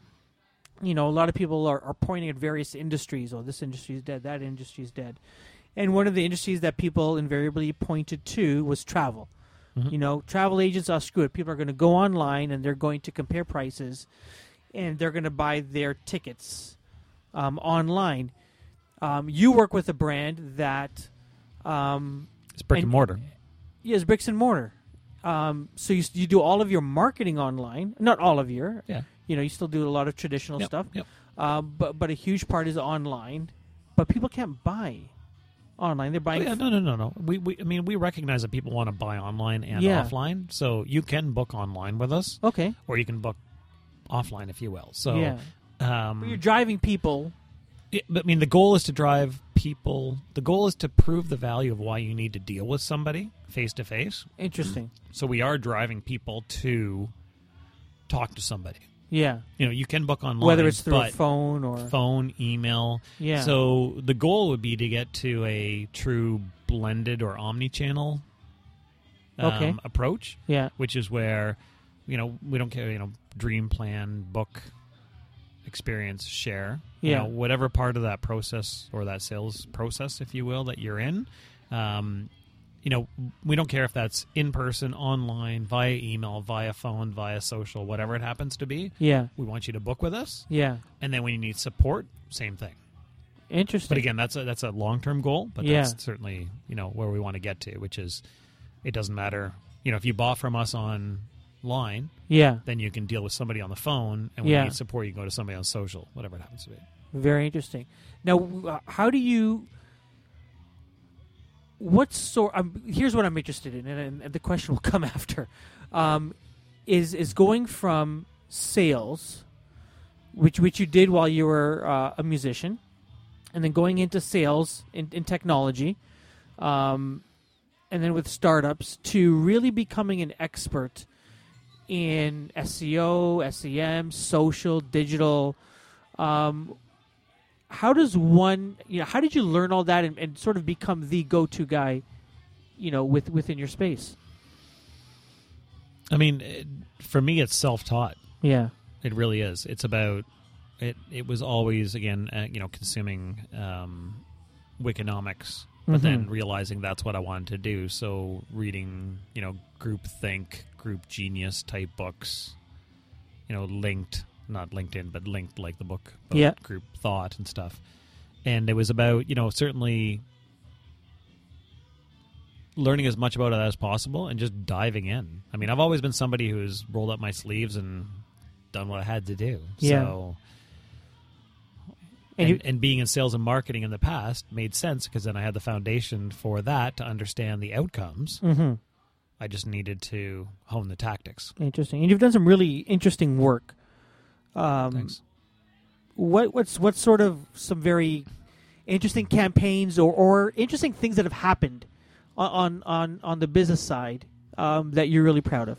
Speaker 2: You know, a lot of people are, are pointing at various industries. Oh, this industry's dead. That industry's dead. And one of the industries that people invariably pointed to was travel.
Speaker 3: Mhm.
Speaker 2: You know, travel agents are screwed. People are going to go online and they're going to compare prices, and they're going to buy their tickets um, online. Um, you work with a brand that um,
Speaker 3: It's brick and,
Speaker 2: and-
Speaker 3: mortar.
Speaker 2: Yes, bricks and mortar. Um, so you, you do all of your marketing online. Not all of your.
Speaker 3: Yeah.
Speaker 2: You know, you still do a lot of traditional
Speaker 3: Yep,
Speaker 2: stuff.
Speaker 3: yep.
Speaker 2: Um, but but a huge part is online. But people can't buy online. They're
Speaker 3: Oh,
Speaker 2: buying.
Speaker 3: yeah, no, no, no, no. We, we, I mean, we recognize that people want to buy online and
Speaker 2: Yeah.
Speaker 3: offline. So you can book online with us,
Speaker 2: Okay.
Speaker 3: or you can book offline if you will. So,
Speaker 2: yeah. But you're
Speaker 3: um,
Speaker 2: driving people.
Speaker 3: it- but, I mean, the goal is to drive people. The goal is to prove the value of why you need to deal with somebody face to face.
Speaker 2: Interesting.
Speaker 3: So we are driving people to talk to somebody.
Speaker 2: Yeah.
Speaker 3: You know, you can book online,
Speaker 2: Whether it's through a
Speaker 3: but
Speaker 2: phone or
Speaker 3: phone, email.
Speaker 2: yeah.
Speaker 3: So the goal would be to get to a true blended or omni-channel um,
Speaker 2: Okay.
Speaker 3: approach,
Speaker 2: yeah.
Speaker 3: which is where you know we don't care. You know, dream plan, book, experience, share. You
Speaker 2: Yeah.
Speaker 3: know, whatever part of that process or that sales process, if you will, that you're in. Um, you know, we don't care if that's in person, online, via email, via phone, via social, whatever it happens to be.
Speaker 2: Yeah.
Speaker 3: We want you to book with us,
Speaker 2: Yeah.
Speaker 3: and then when you need support, same thing.
Speaker 2: Interesting.
Speaker 3: But again, that's a that's a long term goal, but
Speaker 2: Yeah.
Speaker 3: that's certainly you know where we want to get to, which is it doesn't matter. You know, if you bought from us online,
Speaker 2: yeah.
Speaker 3: then you can deal with somebody on the phone, and when
Speaker 2: Yeah.
Speaker 3: you need support, you can go to somebody on social, whatever it happens to be.
Speaker 2: Very interesting. Now, w- uh, how do you? What sort? Um, here's what I'm interested in, and, and the question will come after. Um, is is going from sales, which which you did while you were uh, a musician, and then going into sales in, in technology, um, and then with startups to really becoming an expert in E SEO, SEM, social, digital. Um, how does one you know how did you learn all that and, and sort of become the go-to guy you know with within your space
Speaker 3: I mean, it, for me, it's self taught.
Speaker 2: yeah
Speaker 3: It really is. It's about it. It was always again, uh, you know, consuming um, Wikinomics, but then
Speaker 2: Mhm.
Speaker 3: realizing that's what I wanted to do. So reading, you know, group think, group genius type books, you know, linked, not LinkedIn, but linked like the book, but
Speaker 2: Yeah.
Speaker 3: group thought and stuff. And it was about, you know, certainly learning as much about it as possible and just diving in. I mean, I've always been somebody who's rolled up my sleeves and done what I had to do.
Speaker 2: Yeah.
Speaker 3: So,
Speaker 2: And
Speaker 3: and,
Speaker 2: you-
Speaker 3: and, being in sales and marketing in the past made sense because then I had the foundation for that to understand the outcomes.
Speaker 2: hmm
Speaker 3: I just needed to hone the tactics.
Speaker 2: Interesting. And you've done some really interesting work. Um,
Speaker 3: Thanks.
Speaker 2: What what's what sort of some very interesting campaigns or, or interesting things that have happened on on on, on the business side um, that you're really proud of?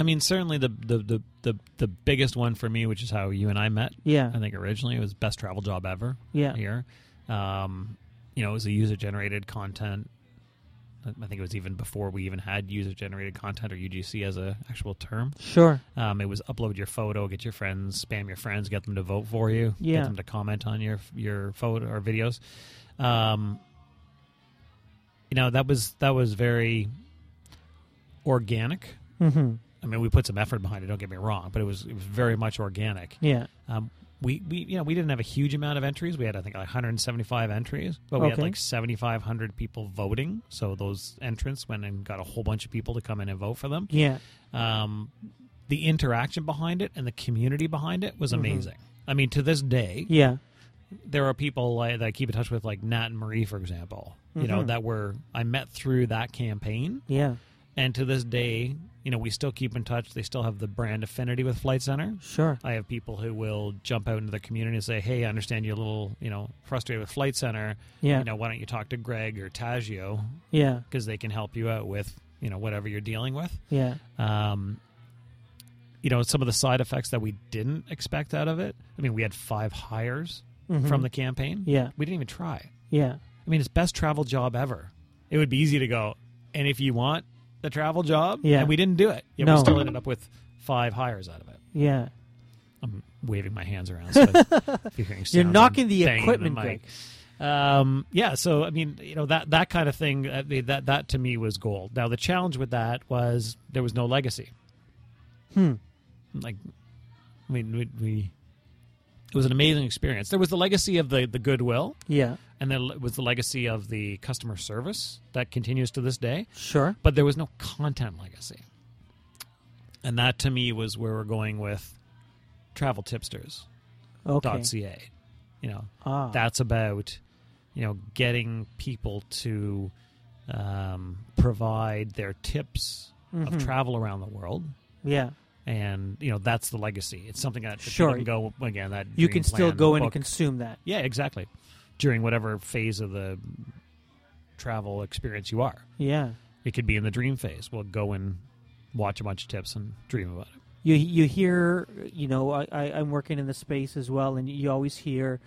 Speaker 3: I mean, certainly the, the the the the biggest one for me, which is how you and I met.
Speaker 2: Yeah.
Speaker 3: I think originally it was best travel job ever.
Speaker 2: Yeah.
Speaker 3: here. Um, you know, it was a user generated content. I I think it was even before we even had user generated content or UGC as a actual term.
Speaker 2: Sure.
Speaker 3: Um, it was upload your photo, get your friends, spam your friends, get them to vote for you,
Speaker 2: Yeah.
Speaker 3: get them to comment on your your photo or videos. Um, you know that was that was very organic.
Speaker 2: Mm-hmm.
Speaker 3: I mean, we put some effort behind it. Don't get me wrong, but it was it was very much organic.
Speaker 2: Yeah.
Speaker 3: Um, we, we you know we didn't have a huge amount of entries. We had I think like 175 entries, but we had
Speaker 2: Okay.
Speaker 3: like 7,500 people voting. So those entrants went and got a whole bunch of people to come in and vote for them.
Speaker 2: Yeah.
Speaker 3: Um, the interaction behind it and the community behind it was
Speaker 2: Mhm.
Speaker 3: amazing. I mean, to this day,
Speaker 2: Yeah.
Speaker 3: there are people like, that I keep in touch with, like Nat and Marie, for example. You know
Speaker 2: Mhm.
Speaker 3: that were I met through that campaign,
Speaker 2: Yeah.
Speaker 3: and to this day, you know we still keep in touch. They still have the brand affinity with Flight Center.
Speaker 2: Sure.
Speaker 3: I have people who will jump out into the community and say, "Hey, I understand you're a little, you know, frustrated with Flight Center.
Speaker 2: Yeah.
Speaker 3: You know, why don't you talk to Greg or Taggio
Speaker 2: Yeah.
Speaker 3: because they can help you out with, you know, whatever you're dealing with."
Speaker 2: Yeah.
Speaker 3: Um, you know, some of the side effects that we didn't expect out of it. I mean, we had five hires
Speaker 2: Mhm.
Speaker 3: from the campaign.
Speaker 2: Yeah.
Speaker 3: We didn't even try.
Speaker 2: Yeah.
Speaker 3: I mean, it's best travel job ever. It would be easy to go, and if you want the travel job,
Speaker 2: Yeah.
Speaker 3: and we didn't do it. Yet
Speaker 2: No.
Speaker 3: we still ended up with five hires out of it.
Speaker 2: Yeah.
Speaker 3: I'm waving my hands around. So if you're, hearing
Speaker 2: You're
Speaker 3: sounds,
Speaker 2: knocking
Speaker 3: I'm
Speaker 2: the
Speaker 3: banging
Speaker 2: equipment,
Speaker 3: mic.
Speaker 2: Greg.
Speaker 3: Um, yeah, so I mean, you know that that kind of thing. uh, the- That that to me was gold. Now the challenge with that was there was no legacy.
Speaker 2: Hmm.
Speaker 3: Like, I mean, we, we it was an amazing experience. There was the legacy of the the goodwill,
Speaker 2: Yeah.
Speaker 3: and there was the legacy of the customer service that continues to this day.
Speaker 2: Sure.
Speaker 3: But there was no content legacy, and that to me was where we're going with travel tipsters
Speaker 2: Okay.
Speaker 3: ca. You know,
Speaker 2: Ah.
Speaker 3: that's about you know getting people to um, provide their tips
Speaker 2: Mhm.
Speaker 3: of travel around the world,
Speaker 2: Yeah.
Speaker 3: and you know that's the legacy. It's something that that
Speaker 2: Sure.
Speaker 3: you can go again. That
Speaker 2: You
Speaker 3: dream
Speaker 2: can still
Speaker 3: plan
Speaker 2: go in and
Speaker 3: book.
Speaker 2: consume that.
Speaker 3: yeah, exactly. During whatever phase of the travel experience you are,
Speaker 2: Yeah.
Speaker 3: it could be in the dream phase. Well, go and watch a bunch of tips and dream about it.
Speaker 2: you you hear you know I, I I'm working in the space as well, and you always hear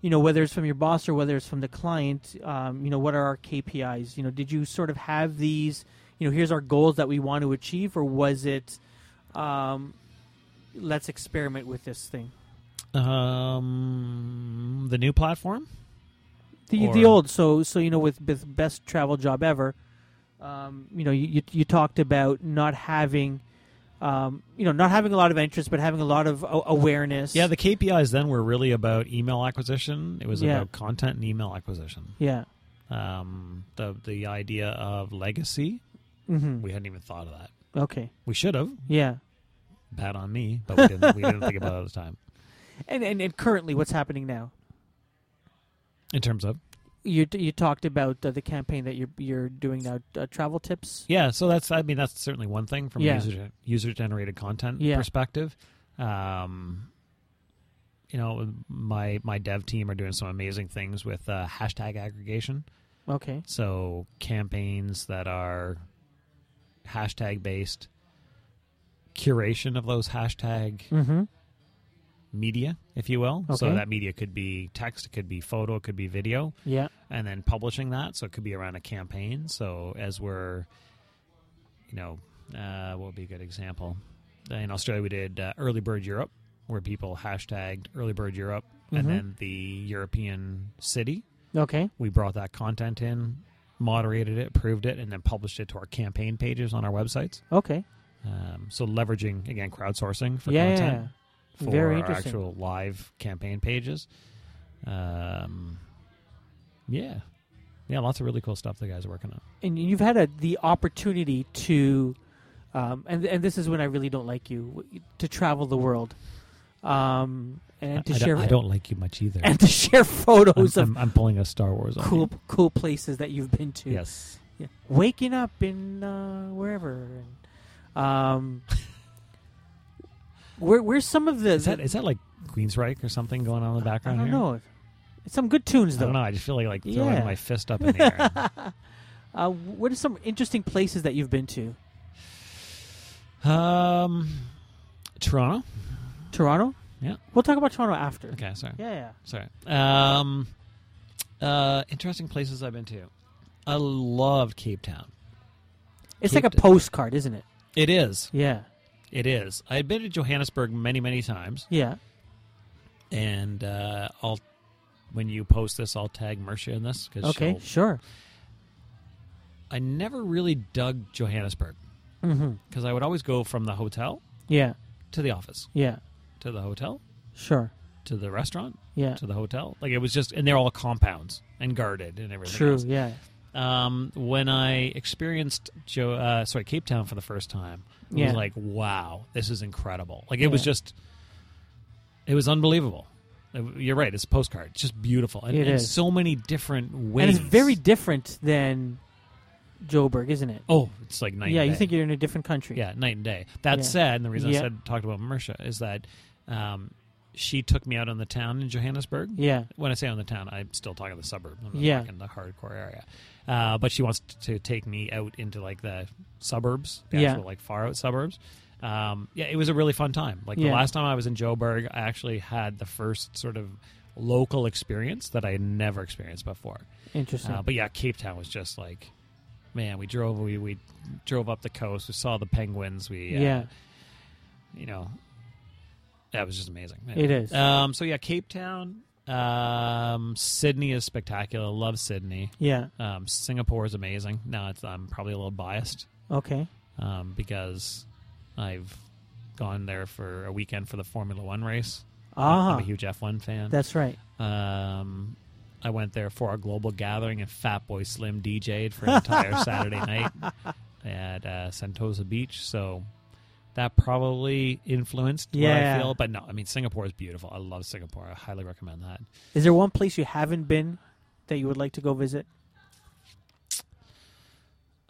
Speaker 2: you know whether it's from your boss or whether it's from the client um, you know what are our KPIs you know did you sort of have these you know here's our goals that we want to achieve or was it um, let's experiment with this thing
Speaker 3: Um, the new platform.
Speaker 2: the the
Speaker 3: Or-
Speaker 2: old so so you know with, with best travel job ever um, you know you, you you talked about not having um, you know not having a lot of interest but having a lot of a- awareness
Speaker 3: Yeah, the KPIs then were really about email acquisition. It was
Speaker 2: Yeah.
Speaker 3: about content and email acquisition.
Speaker 2: yeah
Speaker 3: Um, the the idea of legacy,
Speaker 2: hmm
Speaker 3: we hadn't even thought of that.
Speaker 2: okay
Speaker 3: We should have.
Speaker 2: Yeah,
Speaker 3: Bad on me, but we didn't. we didn't think about it at the time.
Speaker 2: and and, and currently, what's happening now?
Speaker 3: In terms of
Speaker 2: You you talked about uh, the campaign that you're you're doing now, uh, travel tips.
Speaker 3: yeah, so that's I mean that's certainly one thing from
Speaker 2: Yeah.
Speaker 3: a user user generated content
Speaker 2: Yeah.
Speaker 3: perspective. Um, you know, my my dev team are doing some amazing things with uh, hashtag aggregation.
Speaker 2: Okay.
Speaker 3: So campaigns that are hashtag based, curation of those hashtag
Speaker 2: Mm-hmm.
Speaker 3: media, if you will. So
Speaker 2: Okay.
Speaker 3: that media could be text, it could be photo, it could be video,
Speaker 2: Yeah.
Speaker 3: and then publishing that. So it could be around a campaign. So as we're, you know, uh, what would be a good example? In Australia, we did uh, Early Bird Europe, where people hashtagged Early Bird Europe
Speaker 2: Mhm.
Speaker 3: and then the European city.
Speaker 2: Okay.
Speaker 3: We brought that content in, moderated it, approved it, and then published it to our campaign pages on our websites.
Speaker 2: Okay.
Speaker 3: Um, so leveraging again crowdsourcing for
Speaker 2: yeah.
Speaker 3: content for
Speaker 2: Very
Speaker 3: our
Speaker 2: interesting.
Speaker 3: actual live campaign pages. Um, yeah, yeah, lots of really cool stuff the guys are working on.
Speaker 2: and you've had a, the opportunity to, um, and and this is when I really don't like you w- to travel the world, um, and to
Speaker 3: I, I
Speaker 2: share
Speaker 3: don't, I don't like you much either.
Speaker 2: and to share
Speaker 3: I'm,
Speaker 2: photos of
Speaker 3: I'm- I'm pulling a Star Wars. on
Speaker 2: cool cool places that you've been to.
Speaker 3: you. Yes.
Speaker 2: Yeah. waking up in uh, wherever. And, um, where where's some of the?
Speaker 3: Is that is that like Queensryche or something going on in the
Speaker 2: I
Speaker 3: background?
Speaker 2: don't
Speaker 3: here?
Speaker 2: know. It's some good tunes
Speaker 3: I
Speaker 2: though.
Speaker 3: don't know. I just feel like like throwing
Speaker 2: Yeah.
Speaker 3: my fist up in the air.
Speaker 2: Uh, what are some interesting places that you've been to?
Speaker 3: Um, Toronto.
Speaker 2: Toronto.
Speaker 3: Yeah.
Speaker 2: We'll talk about Toronto after.
Speaker 3: Okay, sorry,
Speaker 2: Yeah, yeah.
Speaker 3: sorry. Um, uh, interesting places I've been to. I loved Cape Town.
Speaker 2: It's
Speaker 3: Cape
Speaker 2: like a
Speaker 3: Town.
Speaker 2: postcard, isn't it?
Speaker 3: It is.
Speaker 2: Yeah,
Speaker 3: It is. I had been to Johannesburg many, many times,
Speaker 2: yeah.
Speaker 3: and uh, I'll when you post this, I'll tag Mercia in this because
Speaker 2: Okay, sure.
Speaker 3: I never really dug Johannesburg
Speaker 2: Mm-hmm.
Speaker 3: because I would always go from the hotel
Speaker 2: Yeah,
Speaker 3: to the office
Speaker 2: yeah.
Speaker 3: to the hotel
Speaker 2: Sure.
Speaker 3: to the restaurant
Speaker 2: Yeah.
Speaker 3: to the hotel. Like it was just, and they're all compounds and guarded and everything.
Speaker 2: True.
Speaker 3: else.
Speaker 2: Yeah.
Speaker 3: um, when I experienced Joe, uh, sorry, Cape Town for the first time, it
Speaker 2: Yeah.
Speaker 3: was like, wow, this is incredible. Like it was
Speaker 2: Yeah.
Speaker 3: just, it was unbelievable. It- You're right. It's a postcard. It's just beautiful, and,
Speaker 2: It
Speaker 3: and
Speaker 2: is.
Speaker 3: so many different ways.
Speaker 2: And it's very different than Joburg, isn't it?
Speaker 3: oh, it's like night. and
Speaker 2: yeah, you
Speaker 3: day.
Speaker 2: think you're in a different country.
Speaker 3: yeah, night and day. That
Speaker 2: Yeah.
Speaker 3: said, and the reason
Speaker 2: Yeah.
Speaker 3: I said talked about Mercia is that um, she took me out on the town in Johannesburg.
Speaker 2: Yeah.
Speaker 3: when I say on the town, I'm still talking the suburb. I'm not
Speaker 2: Yeah.
Speaker 3: talking the hardcore area. Uh, but she wants t- to take me out into like the suburbs, the
Speaker 2: Yeah.
Speaker 3: actual like far out suburbs. Um, yeah, it was a really fun time. Like the
Speaker 2: Yeah.
Speaker 3: last time I was in Joburg, I actually had the first sort of local experience that I had never experienced before.
Speaker 2: Interesting.
Speaker 3: Uh, but yeah, Cape Town was just like, man, we drove we we drove up the coast, we saw the penguins, we
Speaker 2: yeah.
Speaker 3: uh, you know, that was just amazing.
Speaker 2: It is.
Speaker 3: Um, so yeah, Cape Town, um, Sydney is spectacular. Love Sydney.
Speaker 2: yeah.
Speaker 3: Um, Singapore is amazing. Now it's, I'm probably a little biased
Speaker 2: Okay.
Speaker 3: um, because I've gone there for a weekend for the Formula One race.
Speaker 2: Ah,
Speaker 3: I'm a huge F1 fan.
Speaker 2: that's right.
Speaker 3: Um, I went there for a global gathering, and Fatboy Slim DJ'd for an entire Saturday night at uh, Sentosa Beach. So that probably influenced
Speaker 2: Yeah.
Speaker 3: what I feel. But no, I mean Singapore is beautiful. I love Singapore. I highly recommend that.
Speaker 2: Is there one place you haven't been that you would like to go visit?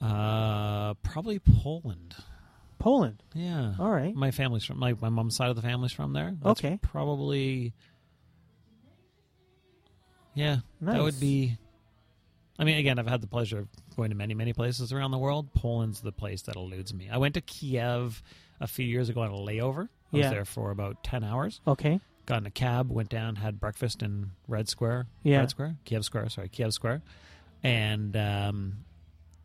Speaker 3: Uh, probably Poland.
Speaker 2: Poland.
Speaker 3: Yeah,
Speaker 2: All right.
Speaker 3: my family's from my my mom's side of the family's from there. That's
Speaker 2: Oh. Okay.
Speaker 3: probably. Yeah, That
Speaker 2: Nice.
Speaker 3: would be. I mean, again, I've had the pleasure of going to many, many places around the world. Poland's the place that eludes me. I went to Kiev a few years ago on a layover. I
Speaker 2: Yeah.
Speaker 3: was there for about 10 hours.
Speaker 2: Okay.
Speaker 3: Got in a cab, went down, had breakfast in Red Square.
Speaker 2: Yeah.
Speaker 3: Red Square? Kiev Square, sorry, Kiev Square. And, um,.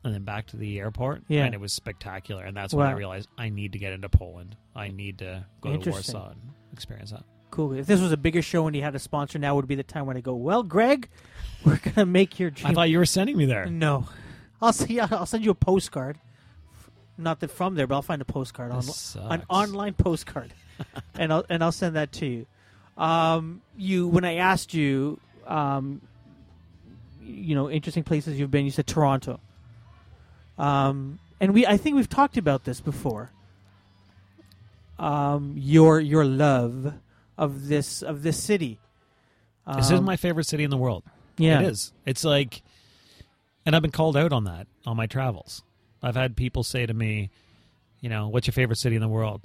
Speaker 3: And then back to the airport,
Speaker 2: Yeah.
Speaker 3: and it was spectacular. And that's when I
Speaker 2: Wow.
Speaker 3: realized I need to get into Poland. I need to go to
Speaker 2: Interesting.
Speaker 3: Warsaw and experience that.
Speaker 2: Cool. If this was a bigger show and you had a sponsor, now would be the time when I go. Well, Greg, we're gonna make your dream.
Speaker 3: I thought you were sending me there.
Speaker 2: no, I'll see. I'll send you a postcard. F- Not that from there, but I'll find a postcard on
Speaker 3: This
Speaker 2: an
Speaker 3: sucks.
Speaker 2: online postcard, and I'll and I'll send that to you. Um, you when I asked you, um, you know, interesting places you've been. You said Toronto. Um, and we I think we've talked about this before. Um, your your love of this of this city.
Speaker 3: This is
Speaker 2: Um,
Speaker 3: my favorite city in the world.
Speaker 2: yeah
Speaker 3: It is. It's like, and I've been called out on that on my travels. I've had people say to me, you know, what's your favorite city in the world?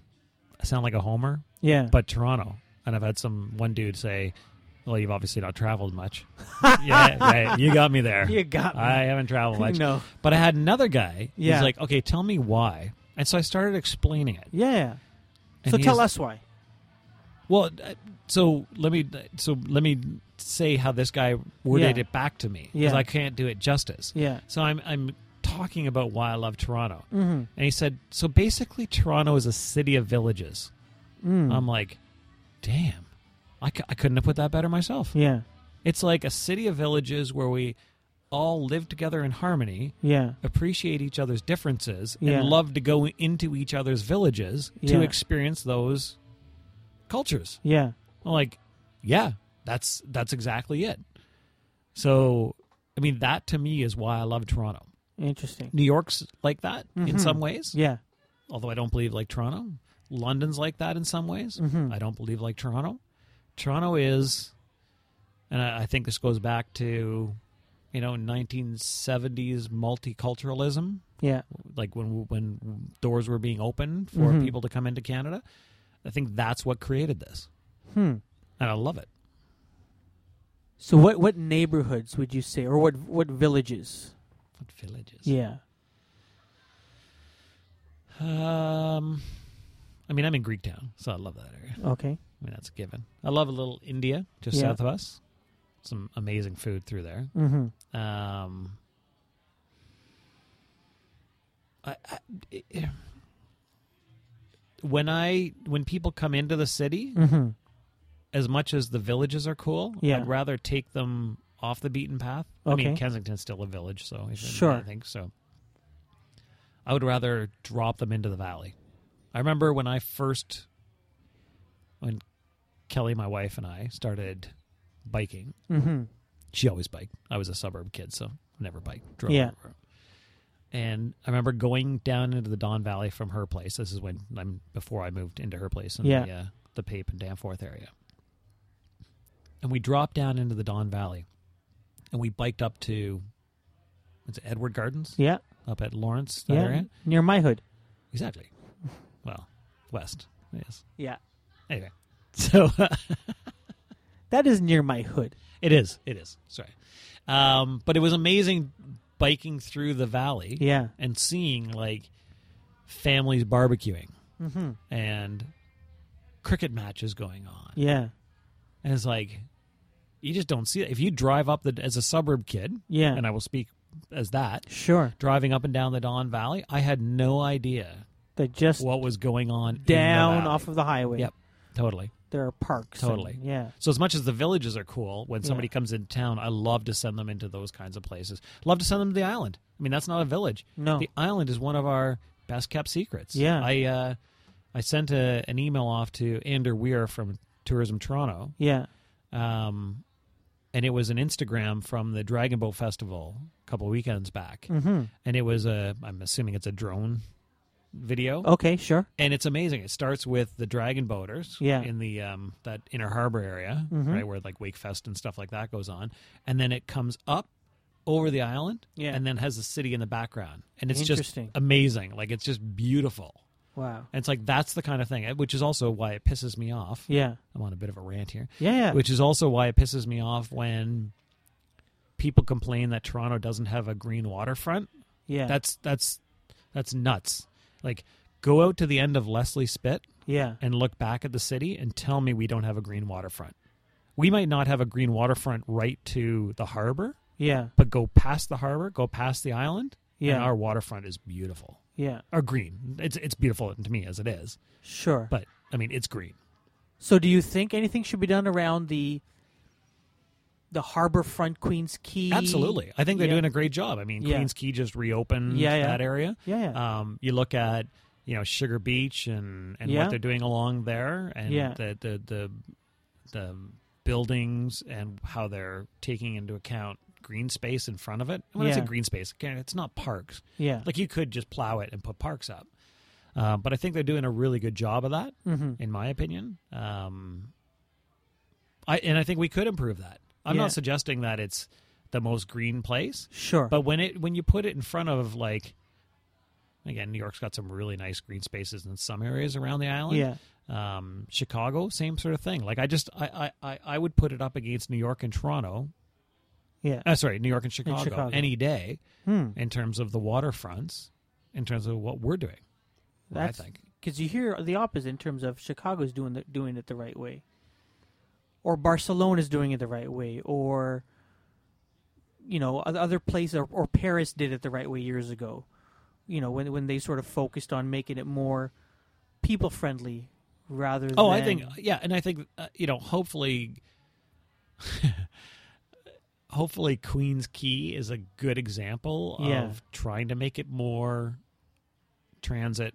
Speaker 3: I sound like a homer,
Speaker 2: yeah
Speaker 3: but Toronto. And I've had some one dude say, well, you've obviously not traveled much. yeah, right. You got me there.
Speaker 2: you got me.
Speaker 3: I haven't traveled much.
Speaker 2: no
Speaker 3: But I had another guy.
Speaker 2: Yeah.
Speaker 3: He's like, okay, tell me why. And so I started explaining it.
Speaker 2: yeah.
Speaker 3: And
Speaker 2: so
Speaker 3: he's-
Speaker 2: tell us why.
Speaker 3: Well, uh, so let me so let me say how this guy worded
Speaker 2: Yeah.
Speaker 3: it back to me because
Speaker 2: Yeah.
Speaker 3: I can't do it justice.
Speaker 2: Yeah.
Speaker 3: So I'm I'm talking about why I love Toronto.
Speaker 2: Mm-hmm.
Speaker 3: And he said, "So basically Toronto is a city of villages."
Speaker 2: Mm.
Speaker 3: I'm like, "Damn. I, cou- I couldn't have put that better myself."
Speaker 2: yeah.
Speaker 3: It's like a city of villages where we all live together in harmony,
Speaker 2: Yeah.
Speaker 3: appreciate each other's differences,
Speaker 2: Yeah.
Speaker 3: and love to go into each other's villages
Speaker 2: Yeah.
Speaker 3: to experience those cultures.
Speaker 2: Yeah.
Speaker 3: I'm like, yeah, that's that's exactly it. So, I mean, that to me is why I love Toronto.
Speaker 2: Interesting.
Speaker 3: New York's like that in some ways,
Speaker 2: Mm-hmm. Yeah.
Speaker 3: although I don't believe like Toronto. London's like that in some ways.
Speaker 2: Mm-hmm.
Speaker 3: I don't believe like Toronto. Toronto is, and I, I think this goes back to, you know, 1970s multiculturalism
Speaker 2: Yeah.
Speaker 3: like when when doors were being opened for
Speaker 2: Mhm.
Speaker 3: people to come into Canada. I think that's what created this,
Speaker 2: Hmm.
Speaker 3: and I love it.
Speaker 2: So what what neighborhoods would you say, or what what villages?
Speaker 3: What villages?
Speaker 2: Yeah.
Speaker 3: Um, I mean, I'm in Greektown, so I love that area.
Speaker 2: Okay.
Speaker 3: I mean, that's a given. I love a little India just
Speaker 2: Yeah.
Speaker 3: south of us. Some amazing food through there.
Speaker 2: Mm-hmm.
Speaker 3: Um, I, I, it- when I when people come into the city,
Speaker 2: Mm-hmm.
Speaker 3: as much as the villages are cool,
Speaker 2: Yeah.
Speaker 3: I'd rather take them off the beaten path. I mean,
Speaker 2: Okay.
Speaker 3: Kensington's still a village, so if anything,
Speaker 2: Sure.
Speaker 3: I think so. I would rather drop them into the valley. I remember when I first, when Kelly, my wife, and I started biking.
Speaker 2: Mm-hmm.
Speaker 3: She always biked. I was a suburb kid, so never biked. Drove
Speaker 2: Yeah.
Speaker 3: everywhere. And I remember going down into the Don Valley from her place. This is when I'm before I moved into her place in
Speaker 2: Yeah.
Speaker 3: the uh, the Pape and Danforth area. And we dropped down into the Don Valley, and we biked up to, it's Edward Gardens
Speaker 2: Yeah.
Speaker 3: up at Lawrence that
Speaker 2: Yeah.
Speaker 3: area.
Speaker 2: Near my hood.
Speaker 3: Exactly. Well, west. Yes.
Speaker 2: Yeah.
Speaker 3: Anyway, so
Speaker 2: That is near my hood.
Speaker 3: it is. It is. Sorry. Um, but it was amazing biking through the valley.
Speaker 2: Yeah.
Speaker 3: and seeing like families barbecuing
Speaker 2: Mm-hmm.
Speaker 3: and cricket matches going on.
Speaker 2: Yeah.
Speaker 3: And it's like you just don't see it. If you drive up the as a suburb kid,
Speaker 2: Yeah.
Speaker 3: and I will speak as that,
Speaker 2: Sure.
Speaker 3: driving up and down the Don Valley, I had no idea
Speaker 2: That just
Speaker 3: what was going on in the
Speaker 2: down
Speaker 3: valley.
Speaker 2: off of the highway.
Speaker 3: Yep. Totally.
Speaker 2: There are parks.
Speaker 3: Totally.
Speaker 2: and- yeah.
Speaker 3: So as much as the villages are cool, when somebody
Speaker 2: Yeah.
Speaker 3: comes in town, I love to send them into those kinds of places. Love to send them to the island. I mean, that's not a village.
Speaker 2: No.
Speaker 3: the island is one of our best kept secrets.
Speaker 2: Yeah.
Speaker 3: I uh, I sent a, an email off to Ander Weir from Tourism Toronto,
Speaker 2: yeah.
Speaker 3: um, and it was an Instagram from the Dragon Boat Festival a couple weekends back,
Speaker 2: Mm-hmm.
Speaker 3: and it was a I'm assuming it's a drone video.
Speaker 2: Okay. Sure.
Speaker 3: And it's amazing. It starts with the dragon boaters
Speaker 2: Yeah.
Speaker 3: in the um, that inner harbor area,
Speaker 2: Mhm.
Speaker 3: right where like Wakefest and stuff like that goes on, and then it comes up over the island,
Speaker 2: Yeah.
Speaker 3: and then has the city in the background, and it's just
Speaker 2: Interesting.
Speaker 3: amazing. Like it's just beautiful.
Speaker 2: Wow.
Speaker 3: And it's like that's the kind of thing, which is also why it pisses me off.
Speaker 2: Yeah.
Speaker 3: I'm on a bit of a rant here,
Speaker 2: Yeah. Yeah.
Speaker 3: which is also why it pisses me off when people complain that Toronto doesn't have a green waterfront.
Speaker 2: yeah.
Speaker 3: That's that's that's nuts. Like go out to the end of Leslie Spit
Speaker 2: yeah.
Speaker 3: and look back at the city and tell me we don't have a green waterfront. We might not have a green waterfront right to the harbor,
Speaker 2: Yeah.
Speaker 3: but go past the harbor, go past the island,
Speaker 2: Yeah.
Speaker 3: and our waterfront is beautiful.
Speaker 2: Yeah.
Speaker 3: Or green. It's it's beautiful to me as it is.
Speaker 2: Sure.
Speaker 3: But I mean it's green.
Speaker 2: So, do you think anything should be done around the the harbor front, Queens Key?
Speaker 3: Absolutely. I think they're
Speaker 2: E- Yeah.
Speaker 3: doing a great job. I mean
Speaker 2: Yeah.
Speaker 3: Queens Key just reopened
Speaker 2: Yeah, yeah.
Speaker 3: that area.
Speaker 2: Yeah, yeah.
Speaker 3: Um, you look at you know Sugar Beach and and
Speaker 2: Yeah.
Speaker 3: what they're doing along there, and
Speaker 2: Yeah.
Speaker 3: the, the the the buildings and how they're taking into account green space in front of it. When I say
Speaker 2: Yeah.
Speaker 3: green space, again, it's not parks.
Speaker 2: yeah.
Speaker 3: Like you could just plow it and put parks up, uh, but I think they're doing a really good job of that,
Speaker 2: mm-hmm.
Speaker 3: in my opinion. Um, I and I think we could improve that. I'm
Speaker 2: Yeah.
Speaker 3: not suggesting that it's the most green place,
Speaker 2: Sure.
Speaker 3: but when it when you put it in front of like again, New York's got some really nice green spaces in some areas around the island.
Speaker 2: yeah.
Speaker 3: Um Chicago, same sort of thing. Like I just I I, I, I would put it up against New York and Toronto.
Speaker 2: Yeah.
Speaker 3: Uh, sorry, New York and Chicago,
Speaker 2: Chicago.
Speaker 3: any day
Speaker 2: Hmm.
Speaker 3: in terms of the waterfronts, in terms of what we're doing. what I
Speaker 2: That's
Speaker 3: think.
Speaker 2: because you hear the opposite in terms of Chicago's doing the, doing it the right way, or Barcelona's doing it the right way, or you know oth- other places, or, or Paris did it the right way years ago. You know when when they sort of focused on making it more people friendly rather.
Speaker 3: Oh,
Speaker 2: than,
Speaker 3: I think yeah, and I think uh, you know, hopefully, hopefully, Queen's Key is a good example
Speaker 2: Yeah.
Speaker 3: of trying to make it more transit,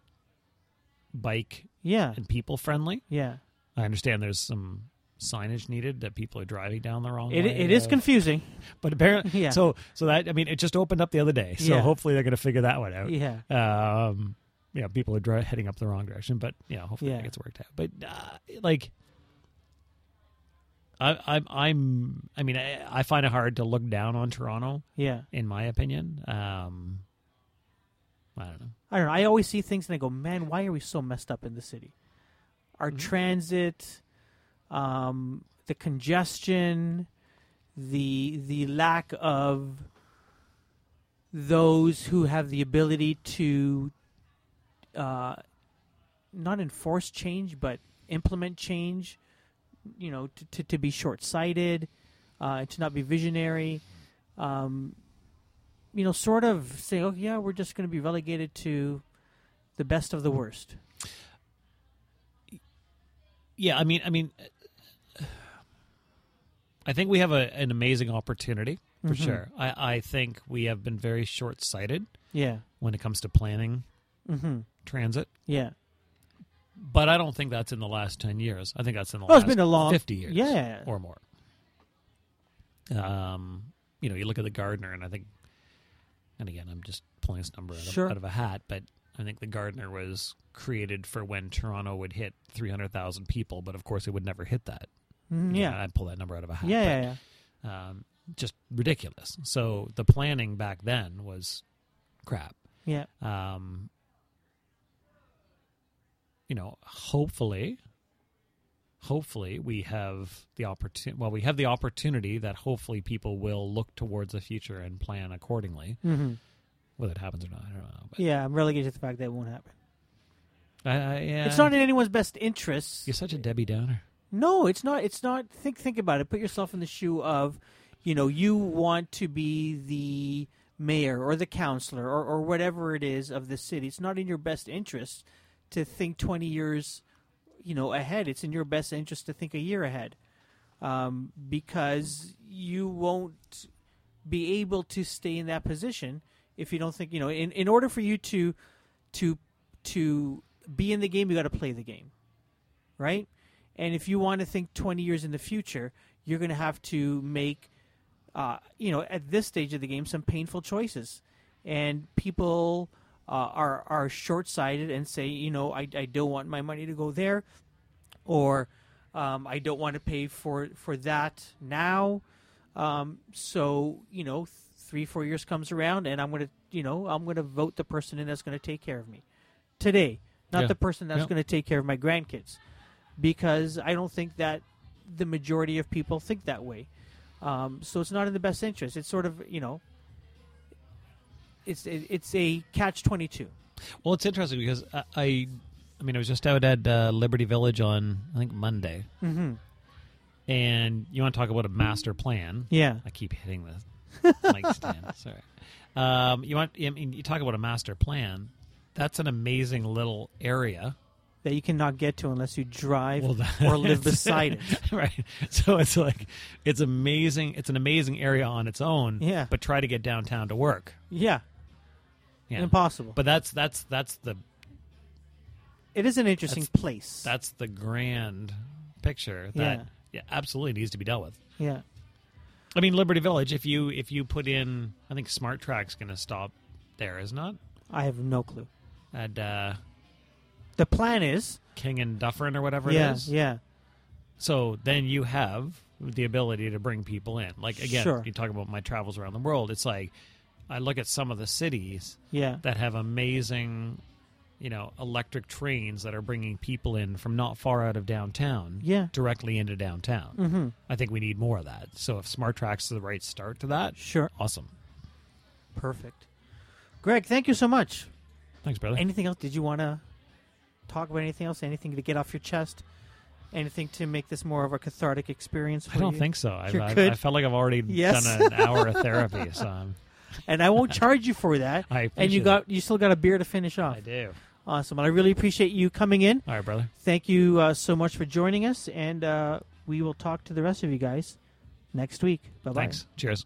Speaker 3: bike,
Speaker 2: yeah,
Speaker 3: and people friendly.
Speaker 2: yeah,
Speaker 3: I understand there's some signage needed that people are driving down the wrong
Speaker 2: It,
Speaker 3: way.
Speaker 2: it is
Speaker 3: uh,
Speaker 2: confusing.
Speaker 3: but apparently,
Speaker 2: Yeah.
Speaker 3: so so that I mean, it just opened up the other day. So
Speaker 2: Yeah.
Speaker 3: hopefully they're going to figure that one out.
Speaker 2: Yeah.
Speaker 3: Um, yeah, people are dri- heading up the wrong direction, but yeah, hopefully
Speaker 2: Yeah.
Speaker 3: that gets worked out. But uh, like, I, I'm I'm I mean, I, I find it hard to look down on Toronto,
Speaker 2: Yeah.
Speaker 3: in my opinion. Um, I don't know.
Speaker 2: I don't know. I always see things and I go, man, why are we so messed up in the city? Our transit, um, the congestion, the the lack of those who have the ability to uh, not enforce change but implement change. You know, to to, to be short sighted, uh, and to not be visionary. Um, you know, sort of say, oh, yeah, we're just going to be relegated to the best of the worst.
Speaker 3: Yeah, I mean, I mean, I think we have a, an amazing opportunity for
Speaker 2: Mhm.
Speaker 3: sure. I, I think we have been very short sighted
Speaker 2: Yeah.
Speaker 3: when it comes to planning
Speaker 2: Mm-hmm.
Speaker 3: transit.
Speaker 2: Yeah.
Speaker 3: But I don't think that's in the last ten years. I think that's in the
Speaker 2: Well,
Speaker 3: last
Speaker 2: it's been a long-
Speaker 3: fifty years,
Speaker 2: yeah.
Speaker 3: or more. Um, you know, you look at the gardener, and I think, and again, I'm just pulling this number out of,
Speaker 2: Sure.
Speaker 3: out of a hat, but I think the gardener was created for when Toronto would hit three hundred thousand people, but of course, it would never hit that.
Speaker 2: Mm,
Speaker 3: You know,
Speaker 2: yeah.
Speaker 3: I pull that number out of a
Speaker 2: Yeah.
Speaker 3: hat.
Speaker 2: Yeah.
Speaker 3: but,
Speaker 2: Yeah.
Speaker 3: um, just ridiculous. So the planning back then was crap.
Speaker 2: Yeah.
Speaker 3: Um, you know, hopefully, hopefully we have the opportunity. Well, we have the opportunity that hopefully people will look towards the future and plan accordingly.
Speaker 2: Mm-hmm.
Speaker 3: Whether it happens or not, I don't know. But
Speaker 2: yeah. I'm relegated to the fact that it won't happen.
Speaker 3: I, I, yeah,
Speaker 2: It's not in anyone's best interests.
Speaker 3: You're such a Debbie Downer.
Speaker 2: No, it's not. It's not. Think think about it. Put yourself in the shoe of, you know, you want to be the mayor or the counselor or, or whatever it is of the city. It's not in your best interest to think twenty years, you know, ahead. It's in your best interest to think a year ahead, um, because you won't be able to stay in that position if you don't think you know. In in order for you to to to be in the game, you got to play the game, right? And if you want to think 20 years in the future, you're going to have to make, uh, you know, at this stage of the game, some painful choices. And people uh, are are short sighted and say, you know, I, I don't want my money to go there, or um, I don't want to pay for for that now. Um, so you know, th- three four years comes around, and I'm gonna you know I'm gonna vote the person in that's going to take care of me today, not
Speaker 3: Yeah.
Speaker 2: the person that's
Speaker 3: Yeah.
Speaker 2: going to take care of my grandkids because I don't think that the majority of people think that way. Um, so it's not in the best interest. It's sort of you know, it's it, it's a catch twenty two.
Speaker 3: Well, it's interesting because I, I, I mean, I was just out at uh, Liberty Village on I think Monday,
Speaker 2: Mm-hmm.
Speaker 3: and you want to talk about a master plan.
Speaker 2: Yeah,
Speaker 3: I keep hitting the mic stand. Sorry. Um, you want? I mean, you talk about a master plan. That's an amazing little area.
Speaker 2: that you cannot get to unless you drive
Speaker 3: Well, that-
Speaker 2: or live beside it.
Speaker 3: right. So it's like it's amazing. It's an amazing area on its own.
Speaker 2: Yeah.
Speaker 3: But try to get downtown to work.
Speaker 2: Yeah,
Speaker 3: Yeah.
Speaker 2: impossible. But
Speaker 3: But that's that's that's the
Speaker 2: it is an interesting place.
Speaker 3: that's the grand picture that
Speaker 2: Yeah.
Speaker 3: yeah, absolutely needs to be dealt with.
Speaker 2: yeah,
Speaker 3: I mean, Liberty Village. If you if you put in, I think Smart Track's going to stop there, is not
Speaker 2: I have no clue.
Speaker 3: at uh,
Speaker 2: The plan is
Speaker 3: King and Dufferin or whatever
Speaker 2: yeah,
Speaker 3: it is.
Speaker 2: yeah,
Speaker 3: So then you have the ability to bring people in. Like again,
Speaker 2: Sure.
Speaker 3: you talk about my travels around the world. It's like I look at some of the cities
Speaker 2: yeah,
Speaker 3: that have amazing, you know, electric trains that are bringing people in from not far out of downtown,
Speaker 2: Yeah.
Speaker 3: directly into downtown.
Speaker 2: mm-hmm.
Speaker 3: I think we need more of that. So if Smart Track's the right start to that,
Speaker 2: sure,
Speaker 3: awesome.
Speaker 2: perfect. Greg, thank you so much.
Speaker 3: Thanks, brother.
Speaker 2: Anything else? Did you want to talk about anything else? Anything to get off your chest? Anything to make this more of a cathartic experience? For
Speaker 3: I don't
Speaker 2: you?
Speaker 3: think so. I've,
Speaker 2: You're
Speaker 3: I've,
Speaker 2: good?
Speaker 3: I felt like I've already
Speaker 2: Yes.
Speaker 3: done an hour of therapy, so I'm,
Speaker 2: and I won't charge you for that.
Speaker 3: I
Speaker 2: and you
Speaker 3: appreciate
Speaker 2: got you still got a beer to finish
Speaker 3: it.
Speaker 2: off.
Speaker 3: I do.
Speaker 2: Awesome. And I really appreciate you coming in.
Speaker 3: All right, brother.
Speaker 2: Thank you uh, so much for joining us, and uh, we will talk to the rest of you guys next week. Bye bye.
Speaker 3: Thanks. Cheers.